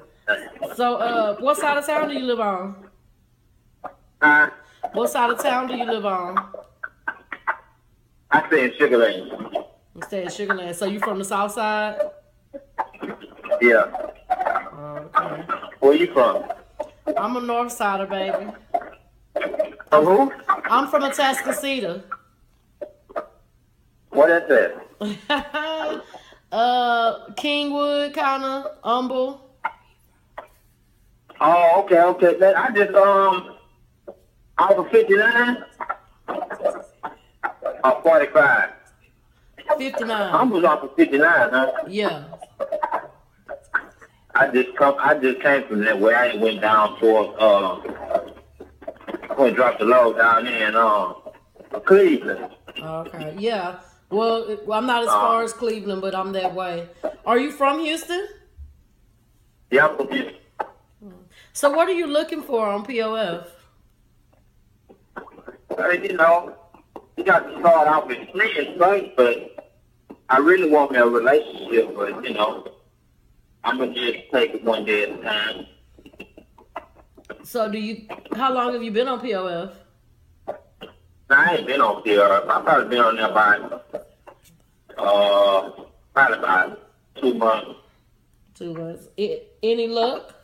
S3: So, uh, what side of town do you live on?
S8: Huh?
S3: What side of town do you live on?
S8: I said Sugar Lane.
S3: I'm staying in Sugar Land. So you from the south side?
S8: Yeah.
S3: Oh, okay.
S8: Where you from?
S3: I'm a north sider, baby.
S8: From who?
S3: I'm from Atascocita.
S8: What is that?
S3: uh, Kingwood, kind of humble.
S8: Oh, okay, okay. Man, I just, um, I was 59. I'm 45.
S3: 59.
S8: I'm Uh, was off of 59, huh?
S3: Yeah.
S8: I just come. I just came from that way. I ain't went down towards uh, went dropped the load down there in uh, Cleveland.
S3: Okay. Yeah. Well, it- well, I'm not as far as Cleveland, but I'm that way. Are you from Houston?
S8: Yeah, I'm from Houston.
S3: So what are you looking for on POF?
S8: Hey, you know, you got to start out with friends, right? But I really want me a relationship, but you know, I'm gonna just take it one day at a time.
S3: So do you? How long have you been on POF?
S8: Now, I ain't been on there. I've probably been on there about uh, probably about two months.
S3: Two months. I- Any luck?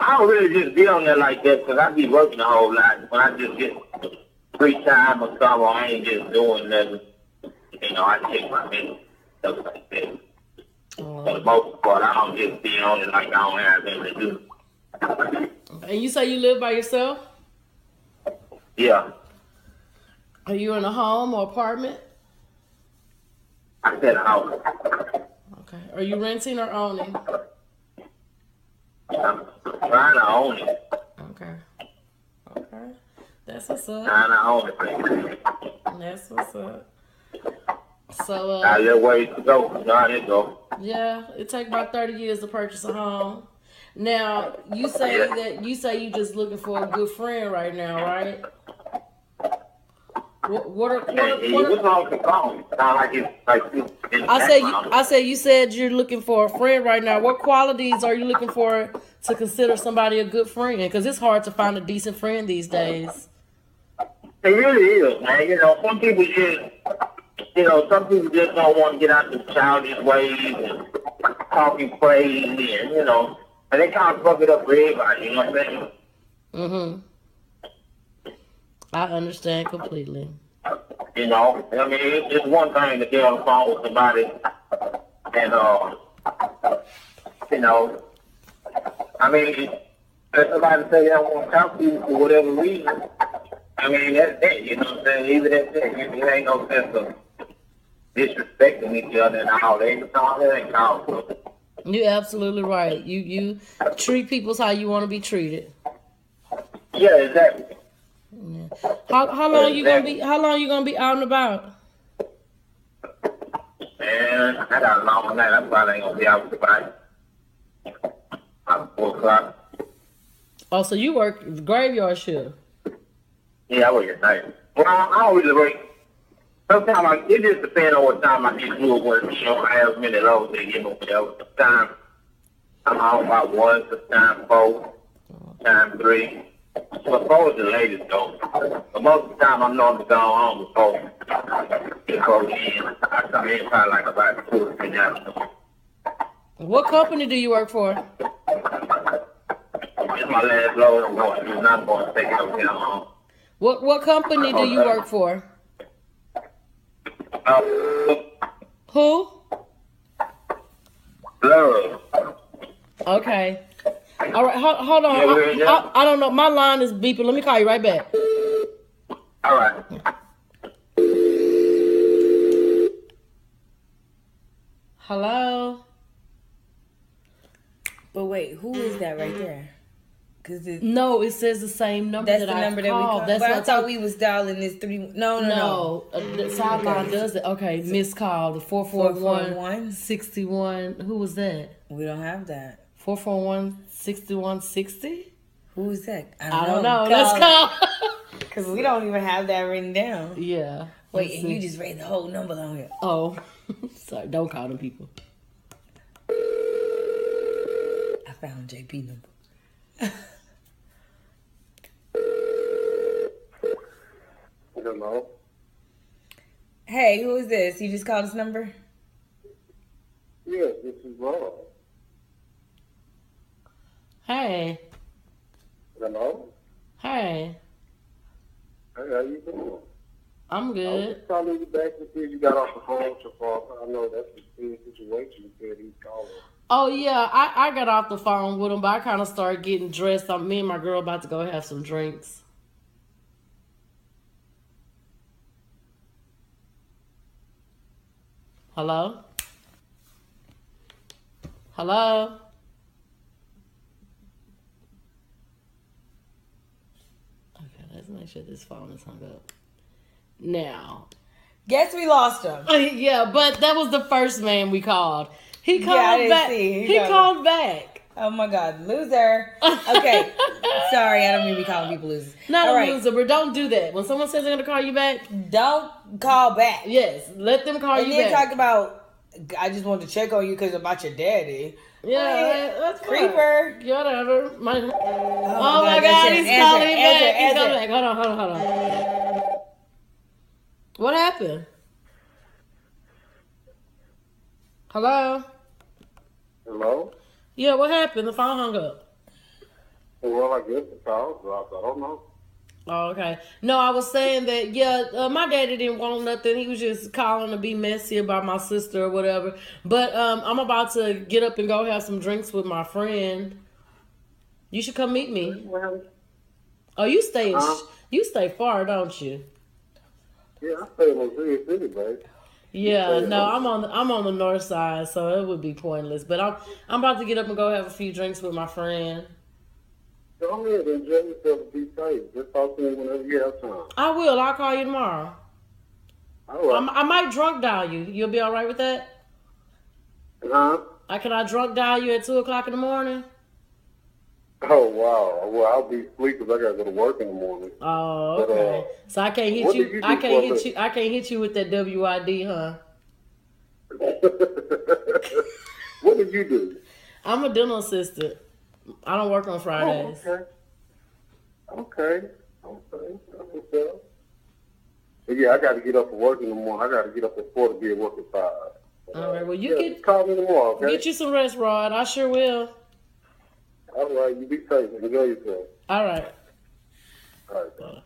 S8: I don't really just be on there like that 'cause I be working a whole lot. When I just get free time or something, or I ain't just doing nothing. You know, I take my minutes, stuff like that. For
S3: Oh.
S8: the most part, I don't just be on it like I don't have nothing to do.
S3: And you say you live by yourself?
S8: Yeah,
S3: Are you in a home or apartment?
S8: I said house.
S3: Okay. Are you renting or owning?
S8: I'm trying to own it.
S3: Okay. Okay. That's what's up.
S8: Trying to own it.
S3: That's what's up. So uh,
S8: Got a little way to go. You know how that go.
S3: Yeah, it take about thirty years to purchase a home. Now you say that you say you just looking for a good friend right now, right? What, what are, what
S8: Hey,
S3: are,
S8: hey,
S3: what
S8: what's
S3: are-
S8: wrong with the phone? Sound like it's like it's in the
S3: I say you,
S8: background.
S3: I say you said you're looking for a friend right now. What qualities are you looking for to consider somebody a good friend? Because it's hard to find a decent friend these days.
S8: It really is, man. You know, some people just, you know, some people just don't want to get out the childish ways and talking crazy and, you know, and they kind of fuck it up for everybody, you know what I'm saying?
S3: Mm-hmm. I understand completely.
S8: You know, I mean, it's just one thing to get on the phone with somebody and, uh, you know, I mean, if somebody say they don't want to talk to you for whatever reason, I mean, that's it, you know what I'm saying? Even that's it. You, you ain't no sense of disrespecting each other and all that. It's all that ain't called for.
S3: You're absolutely right. You you treat people how you want to be treated.
S8: Yeah, exactly.
S3: How how long you gonna be how long you gonna be out and about?
S8: Man, I got a long night. I probably ain't going to be out with somebody. About 4 o'clock.
S3: Oh, so you work graveyard shift.
S8: Yeah, I work at night. Well, I I don't really work. Sometimes I, it just depends on what time I get through at work. You know, I have a minute over to give me whatever. Sometimes I'm out by one, sometimes four, sometimes three. But four is the latest though. But most of the time I'm normally gone home before before the end. I come in probably like about two or three hours.
S3: What company do you work for?
S6: That's my last load. No, I'm not going to take it up here home.
S3: What what company do you work for?
S8: Oh,
S6: Uh,
S3: Who?
S6: love.
S3: Okay. All right, hold, hold on.
S6: Yeah, we're-
S3: I,
S6: yeah.
S3: I, I don't know. My line is beeping. Let me call you right back.
S6: All right.
S3: Hello.
S7: But wait, who is that right there? Cause it,
S3: No, it says the same number
S2: That's
S3: that
S2: the
S3: I
S2: number that we
S3: called.
S2: called.
S3: That's
S2: but I
S3: what
S2: thought Mm-hmm. we was dialing this three. No, no, no.
S3: No, uh, the sideline does it. Okay, missed call. The 441
S2: 441.
S3: 61. Who was that?
S7: we don't have that.
S3: 441 6160?
S7: Who is that?
S3: I don't know. Let's call.
S2: Cause we don't even have that written down.
S3: yeah.
S7: Wait, and you just read the whole number on here.
S3: Oh. Sorry, don't call them people.
S7: I found JP number.
S4: Hello.
S2: Hey, who is this? You just called this number?
S4: Yes, this is Rob.
S3: Hey.
S4: Hello.
S3: Hey.
S4: Hey, how you doing?
S3: I'm
S4: I was
S3: good.
S4: just calling you back to see if you got off the phone so far. I know that's a serious situation. You said he's calling.
S3: Oh yeah, I, I got off the phone with him, but I kind of started getting dressed. I'm me and my girl about to go have some drinks. Hello. Hello. Okay, let's make sure this phone is hung up. Now,
S2: Guess we lost him.
S3: yeah, but that was the first man we called. He called
S2: I didn't
S3: back.
S2: see. He
S3: He
S2: called-
S3: called back.
S2: Oh my God, loser. Okay, sorry, I don't mean to be calling people losers.
S3: Not
S2: All
S3: a
S2: right.
S3: loser, but don't do that. When someone says they're gonna call you back,
S2: Don't call back.
S3: yes, let them call
S2: and
S3: you
S2: then
S3: back.
S2: talk about. I just wanted to check on you because about your daddy.
S3: yeah, that's fine.
S2: Creeper.
S3: Get out of her. My- oh,
S2: Oh
S3: my
S2: my
S3: God,
S2: God,
S3: he's
S2: answer,
S3: calling
S2: answer,
S3: back. he's
S2: answer,
S3: calling
S2: answer.
S3: back. Hold on, hold on, hold on. What happened? Hello.
S4: Hello.
S3: Yeah, what happened? The phone hung up.
S4: Well, I guess the call dropped. I don't know.
S3: Oh, okay. No, I was saying that, yeah, uh, my daddy didn't want nothing. He was just calling to be messy about my sister or whatever. But um, I'm about to get up and go have some drinks with my friend. You should come meet me.
S4: Well,
S3: Oh, you stay in sh-
S4: Uh-huh.
S3: you stay far, don't you?
S4: yeah, I stay in Missouri City, babe.
S3: Yeah,
S4: Yeah.
S3: no, I'm on the, I'm on the north side, so it would be pointless. But I'm I'm about to get up and go have a few drinks with my friend.
S4: Go ahead, enjoy yourself and be safe. Just talk to me whenever you have time.
S3: I will. I'll call you tomorrow.
S4: All right.
S3: I'm, I might drunk dial you. You'll be all right with that.
S4: huh?
S3: I can I drunk dial you at two o'clock in the morning.
S4: Oh wow. Well, I'll be asleep 'cause I gotta go to work in the morning.
S3: Oh,
S4: But, uh,
S3: okay. So I can't hit
S4: what
S3: you.
S4: did you do
S3: I can't
S4: for
S3: hit
S4: us?
S3: you. I can't hit you with that WID, huh?
S4: what did you do?
S3: I'm a dental assistant. I don't work on
S4: Oh,
S3: Fridays.
S4: okay. Okay. Okay. That's what's up. But yeah, I gotta get up for work in the morning. I gotta get up at four to be at work at five.
S3: All right. Well, you
S4: yeah,
S3: get
S4: just call me tomorrow, okay?
S3: get you some rest, Rod. I sure will.
S4: All right, you be safe. Enjoy yourself.
S3: All right.
S4: All right. bye.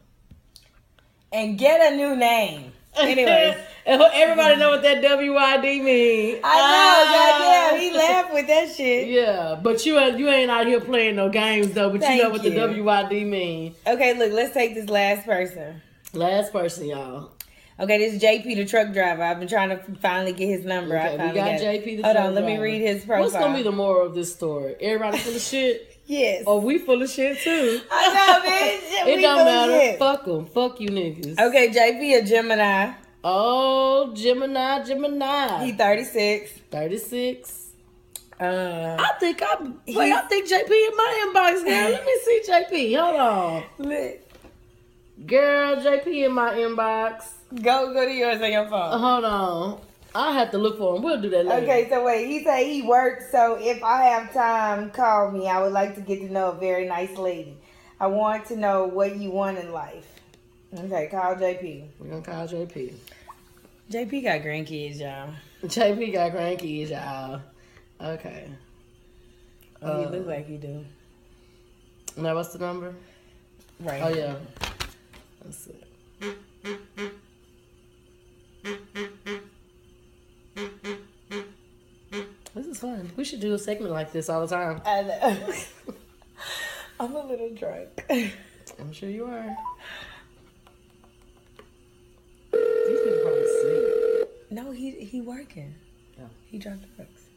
S2: And get a new name. Anyways.
S3: And everybody know what that WID means.
S2: I
S3: Ah.
S2: know, goddamn, he laughed with that shit.
S3: Yeah, but you ain't- you ain't out here playing no games though. But you know
S2: Thank
S3: what
S2: you.
S3: the WID mean.
S2: Okay, look, let's take this last person.
S3: Last person, y'all.
S2: Okay, this is JP, the truck driver. I've been trying to finally get his number. I
S3: Okay, we
S2: finally
S3: got
S2: it.
S3: JP. The
S2: Hold
S3: truck
S2: on, let me
S3: driver.
S2: read his profile.
S3: What's gonna be Oh, the moral of this story? Everybody full of shit,
S2: yes?
S3: or we full of shit too?
S2: I know, bitch.
S3: It
S2: We
S3: don't
S2: full of
S3: matter.
S2: shit.
S3: Fuck 'em. Fuck you niggas.
S2: Okay, JP, a Gemini.
S3: Oh, Gemini, Gemini.
S2: He 36.
S3: 36.
S2: Uh,
S3: I think I'm. Wait, I think JP in my inbox, girl. Let me see JP. Hold on.
S2: look.
S3: Girl, JP in my inbox.
S2: go go to yours on your phone.
S3: Uh, Hold on. I have to look for him. We'll do that later.
S2: Okay, so wait, he said he works, so if I have time, call me. I would like to get to know a very nice lady. I want to know what you want in life. Okay, call JP.
S3: We're gonna call JP.
S2: JP got grandkids, y'all.
S3: JP got grandkids, y'all. Okay.
S2: Oh,
S3: Uh,
S2: he look like he do.
S3: Now what's the number?
S2: Right.
S3: Oh yeah. That's it. This is fun. We should do a segment like this all the time.
S2: And, I'm a little drunk.
S3: I'm sure you are. These people probably sleep.
S2: no, he he working.
S3: Oh.
S2: He dropped the books.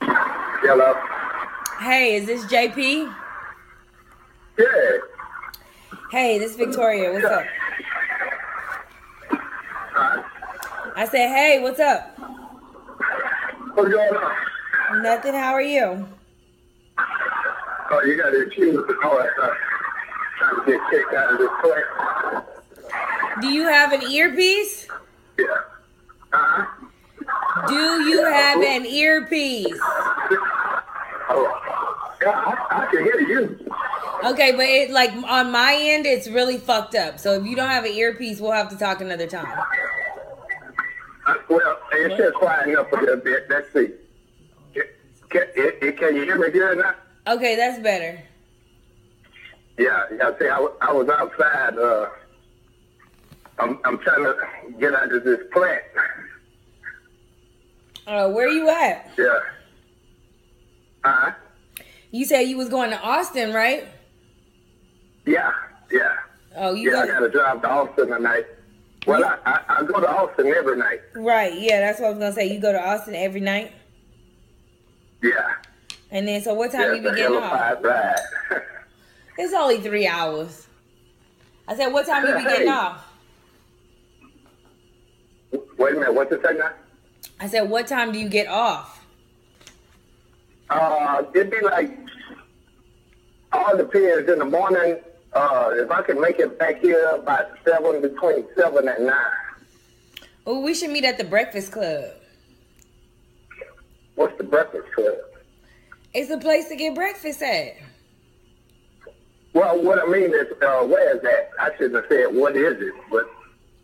S4: Hello.
S2: Hey, is this JP?
S4: Yeah.
S2: Hey, this is Victoria. What's up? I said, hey, what's up?
S4: What's going on?
S2: Nothing. How are you?
S4: Oh, you got to accuse the car. Trying to get kicked out of this place.
S2: Do you have an earpiece?
S4: Yeah. Uh-huh.
S2: Do you have an earpiece?
S4: Oh. Yeah, I, I can hear you.
S2: Okay, but it like on my end, it's really fucked up. So if you don't have an earpiece, we'll have to talk another time.
S4: Uh, well, it's just quiet up a little bit. Let's see. Can, it, it, can you hear me good now?
S2: Okay, that's better.
S4: Yeah, yeah. See, I, wa- I was outside. Uh, I'm, I'm trying to get out of this plant.
S2: Uh, where you at?
S4: Yeah. Uh,
S2: You said you was going to Austin, right?
S4: yeah, yeah.
S2: Oh, you
S4: Yeah, I
S2: got-
S4: got to drive to Austin tonight. Well, I, I, I go to Austin every night.
S2: right? Yeah, that's what I was gonna say. You go to Austin every night,
S4: Yeah.
S2: and then so what time
S4: Yeah,
S2: you
S4: it's
S2: be
S4: a
S2: getting
S4: hell
S2: off?
S4: of a ride.
S2: It's only three hours. I said, what time you be getting
S4: Hey.
S2: off?
S4: Wait a minute. What's it say now?
S2: I said, what time do you get off?
S4: Uh, it'd be like all depends in the morning. Uh, if I can make it back here by seven between seven and nine.
S2: Oh, we should meet at the Breakfast Club.
S4: What's the breakfast club?
S2: It's a place to get breakfast at.
S4: Well, what I mean is, uh, where is that? I shouldn't have said what is it, but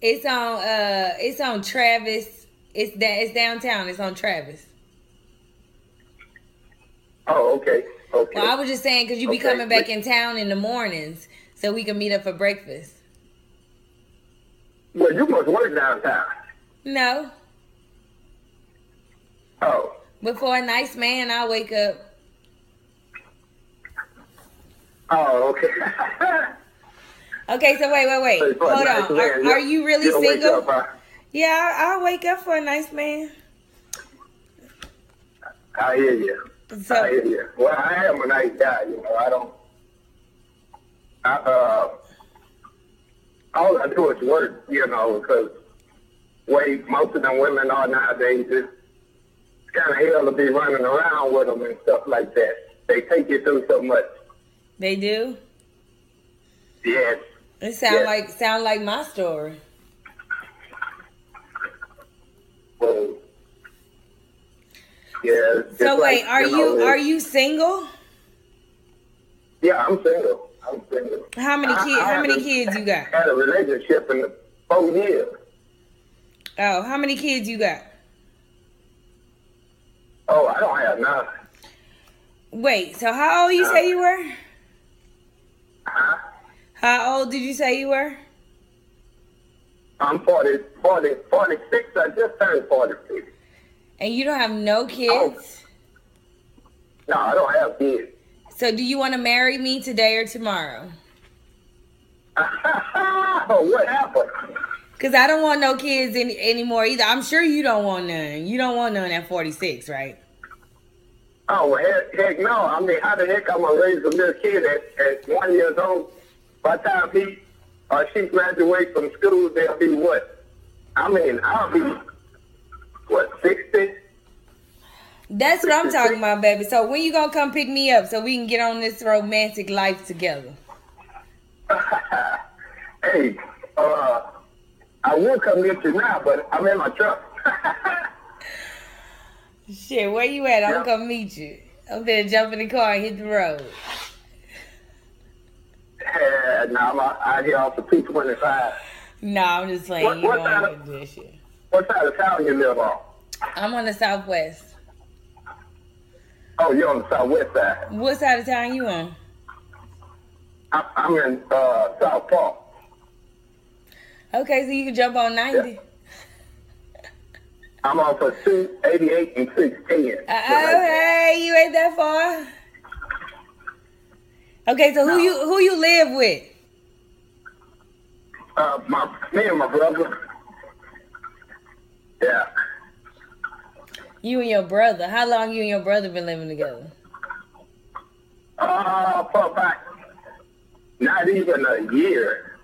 S2: It's on uh it's on Travis. It's that it's downtown. It's on Travis.
S4: oh, okay, okay.
S2: Well, I was just saying because you be
S4: Okay.
S2: coming back in town in the mornings, so we can meet up for breakfast.
S4: well, you must work downtown.
S2: No,
S4: Oh,
S2: but for a nice man, I wake up.
S4: oh, okay.
S2: Okay, so wait, wait, wait.
S4: For a
S2: Hold
S4: nice
S2: on.
S4: man,
S2: Are, are you really
S4: don't wake
S2: single?
S4: up, huh?
S2: Yeah, I- I'll wake up for a nice man.
S4: I hear you. I
S2: So
S4: hear you. Well, I am a nice guy. You know, I don't. I, uh, all I do is work. You know, because way most of them women are nowadays, it's kind of hell to be running around with them and stuff like that. They take you through so much.
S2: they do.
S4: Yes.
S2: It sound
S4: Yeah.
S2: like sound like my story.
S4: Well, yeah. it's
S2: So
S4: just
S2: wait,
S4: like,
S2: are you
S4: know,
S2: are you single?
S4: Yeah, I'm single. I'm single.
S2: How many
S4: I-
S2: kids?
S4: I
S2: How many
S4: haven't
S2: kids you got?
S4: Had a relationship in four years.
S2: Oh, how many kids you got?
S4: Oh, I don't have none. Uh,
S2: Wait, so how old you say you were?
S4: Huh?
S2: How old did you say you were?
S4: I'm 40, 40, 46. I just turned 46.
S2: And you don't have
S4: Oh.
S2: no kids?
S4: No, I don't have kids.
S2: So do you want to marry me today or tomorrow?
S4: what happened?
S2: Cause I don't want no kids any, anymore either. I'm sure you don't want none. You don't want none at 46, right?
S4: Oh, heck, heck no. I mean, how the heck I'm going to raise a little kid at, at one years old? By the time he or she graduates from school, they'll be what? I mean, I'll be, what, 60?
S2: That's what I'm talking about, baby. So when you gonna come pick me up so we can get on this romantic life together?
S4: Hey, uh, I will come get you now, but I'm in my truck.
S2: Shit, where you at? I'm
S4: Yeah.
S2: gonna meet you. I'm gonna jump in the car and hit the road.
S4: I, now I, I hear off the 225.
S2: No, I'm just playing.
S4: What-
S2: you
S4: what
S2: don't
S4: kind
S2: wanna
S4: of-
S2: do that shit.
S4: What side of town you live on?
S2: I'm on the southwest.
S4: Oh, you're on the southwest side.
S2: What side of town you on?
S4: I, I'm in uh, South Park.
S2: Okay, so you can jump on 90.
S4: I'm off of 288 and 610.
S2: Uh, okay, you ain't that far. Okay, so who you who you live with?
S4: Uh, my, me and my brother. Yeah.
S2: You and your brother. How long you and your brother been living together?
S4: Uh, for about not even a year.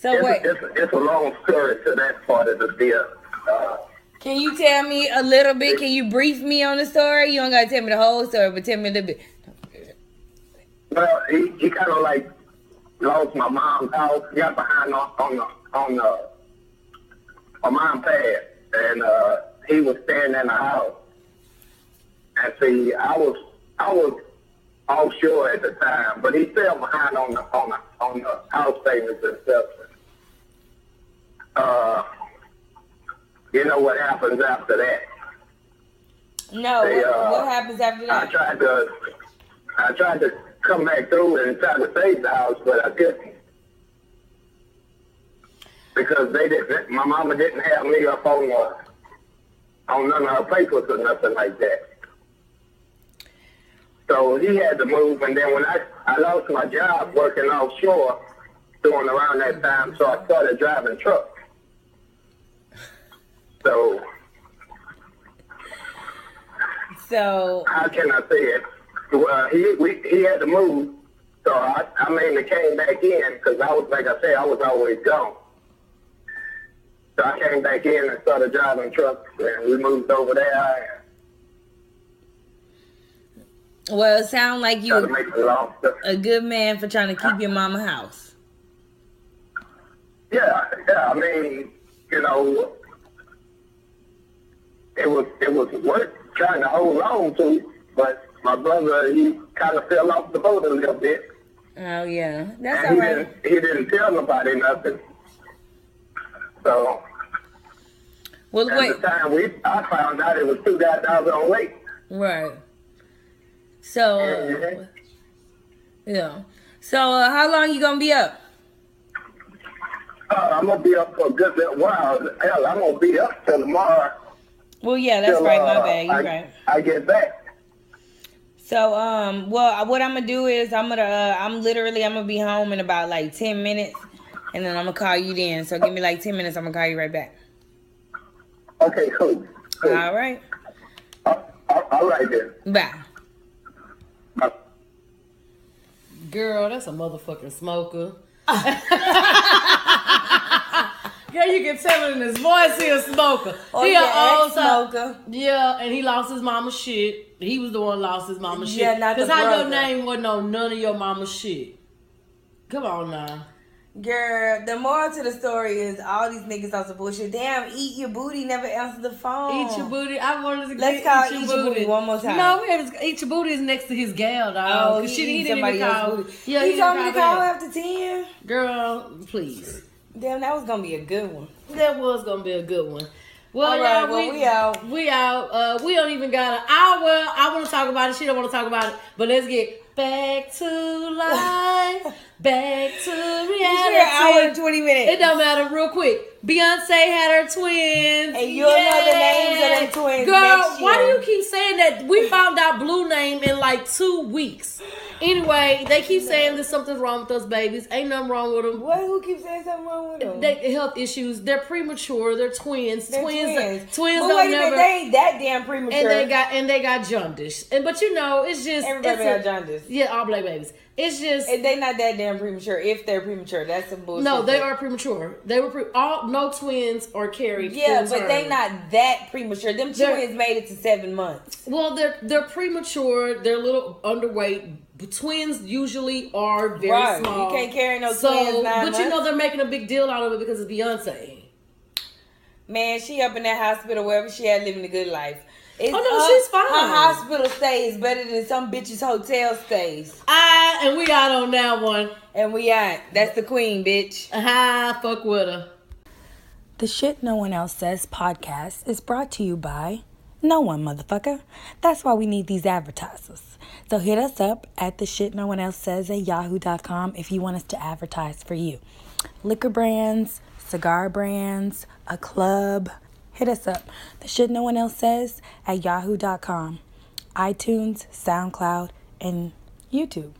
S2: So
S4: It's,
S2: wait,
S4: a, it's, a, it's a long story to that part of the deal. Uh,
S2: can you tell me a little bit? Can you brief me on the story? You don't gotta tell me the whole story, but tell me a little bit.
S4: well, he, he kind of like lost my mom's house, got behind on, on the, on the, my mom passed, and uh, he was staying in the house. And see, I was, I was offshore at the time, but he fell behind on the, on the, on the house payments and stuff. Uh, you know what happens after that?
S2: No,
S4: Hey,
S2: what,
S4: uh,
S2: what happens after
S4: I
S2: that?
S4: tried to, I tried to come back through and try to save the house, but I couldn't because they didn't. My mama didn't have me up on the, on none of her papers or nothing like that. So he had to move, and then when I I lost my job working offshore, doing around that time, so I started driving trucks. So
S2: So
S4: how can I say it? Well, Uh, he we, he had to move, so I, I mainly came back in because I was like I said I was always gone. So I came back in and started driving trucks, and we moved over there.
S2: well it sound like
S4: Try to
S2: you
S4: make it long. story-
S2: a good man for trying to keep your mama house.
S4: Yeah, yeah. I mean, you know, it was it was worth trying to hold on to, but my brother he kind of fell off the boat a little bit,
S2: Oh yeah. That's
S4: and he
S2: all right.
S4: didn't he didn't tell nobody nothing. So
S2: Well
S4: At
S2: wait.
S4: the time, we I found out it was two guys I was on weight.
S2: Right. So uh,
S4: Mhm.
S2: yeah. So uh, how long you gonna be up?
S4: Uh, I'm gonna be up for a good little while. Hell, I'm gonna be up till tomorrow.
S2: Well, yeah, that's
S4: till,
S2: right. My
S4: uh,
S2: bad. You're
S4: I,
S2: right.
S4: I get back.
S2: So um, well, I- what I'm gonna do is I'm gonna uh, I'm literally I'm gonna be home in about like ten minutes, and then I'm gonna call you then. So give me like ten minutes. I'm gonna call you right back.
S4: Okay, cool. cool.
S2: All right. Uh-huh.
S4: Uh, uh, all right then.
S2: Bye.
S4: Bye.
S3: Girl, that's a motherfucking smoker. Girl, you can tell it in his voice he a smoker. he
S2: Oh, yeah,
S3: a old
S2: ex-smoker.
S3: Yeah, and he lost his mama's shit. He was the one who lost his mama's shit.
S2: Yeah, not the
S3: how your
S2: brother.
S3: name wasn't on none of your mama's shit. Come on now.
S2: Girl, the moral to the story is all these niggas on some bullshit. Damn, eat your booty, never answer the phone.
S3: Eat your booty. I wanted to
S2: Let's
S3: get
S2: call
S3: eat,
S2: Eat
S3: your
S2: Your
S3: booty
S2: Booty one more time.
S3: No, we had to, eat your booty is next to his gal, dog.
S2: Oh,
S3: 'cause
S2: he,
S3: she, he
S2: eat
S3: didn't even
S2: somebody
S3: call.
S2: else's booty.
S3: Yeah,
S2: he,
S3: didn't
S2: told me to
S3: even
S2: call
S3: back.
S2: after ten.
S3: Girl, please.
S2: Damn, that was gonna be a good one.
S3: That was gonna be a good one. Well,
S2: All right,
S3: yeah,
S2: well,
S3: we,
S2: we out.
S3: We out. Uh, we don't even got an hour. I want to talk about it. She don't want to talk about it. But let's get back to life, back to
S2: You're an hour and
S3: reality.
S2: twenty minutes.
S3: It don't matter. Real quick, Beyonce had her twins,
S2: And you'll know the names of them
S3: Yes.
S2: twins
S3: Girl,
S2: next
S3: why do
S2: year.
S3: you keep saying that? We found out Blue name in like two weeks. Anyway, they keep saying that something's wrong with those babies. Ain't nothing wrong with them.
S2: What? Who keeps saying something wrong with them?
S3: They health issues. They're premature. They're twins.
S2: They're
S3: twins. uh, Twins,
S2: But
S3: don't
S2: wait a minute,
S3: never.
S2: they ain't that damn premature.
S3: and they got and they got jaundice. And but you know, it's just
S2: everybody
S3: it's
S2: got
S3: a-
S2: jaundice.
S3: Yeah, all black babies. It's just
S2: And they not that damn premature. If they're premature, that's some bullshit.
S3: no. They are premature. They were pre- all no twins are carried.
S2: Yeah,
S3: full
S2: but they
S3: term.
S2: not that premature. Them
S3: They're-
S2: twins made it to seven months.
S3: Well, they're they're premature. They're a little underweight. Twins usually are very
S2: Right. You
S3: small.
S2: can't carry no
S3: so,
S2: twins nine
S3: But you know
S2: months.
S3: they're making a big deal out of it because it's Beyonce.
S2: Man, she up in that hospital wherever she had living a good life.
S9: It's
S3: Oh, no,
S9: up-
S3: she's fine.
S9: Her hospital stay is better than some bitches' hotel stays.
S3: Ah, and we out on that one.
S9: And we out. That's the queen, bitch.
S3: Ah, fuck with her.
S2: The Shit No One Else Says podcast is brought to you by no one, motherfucker. That's why we need these advertisers. So hit us up at the shit no one else says at yahoo.com if you want us to advertise for you. Liquor brands, cigar brands, a club. Hit us up. The shit no one else says at yahoo.com, iTunes, SoundCloud, and YouTube.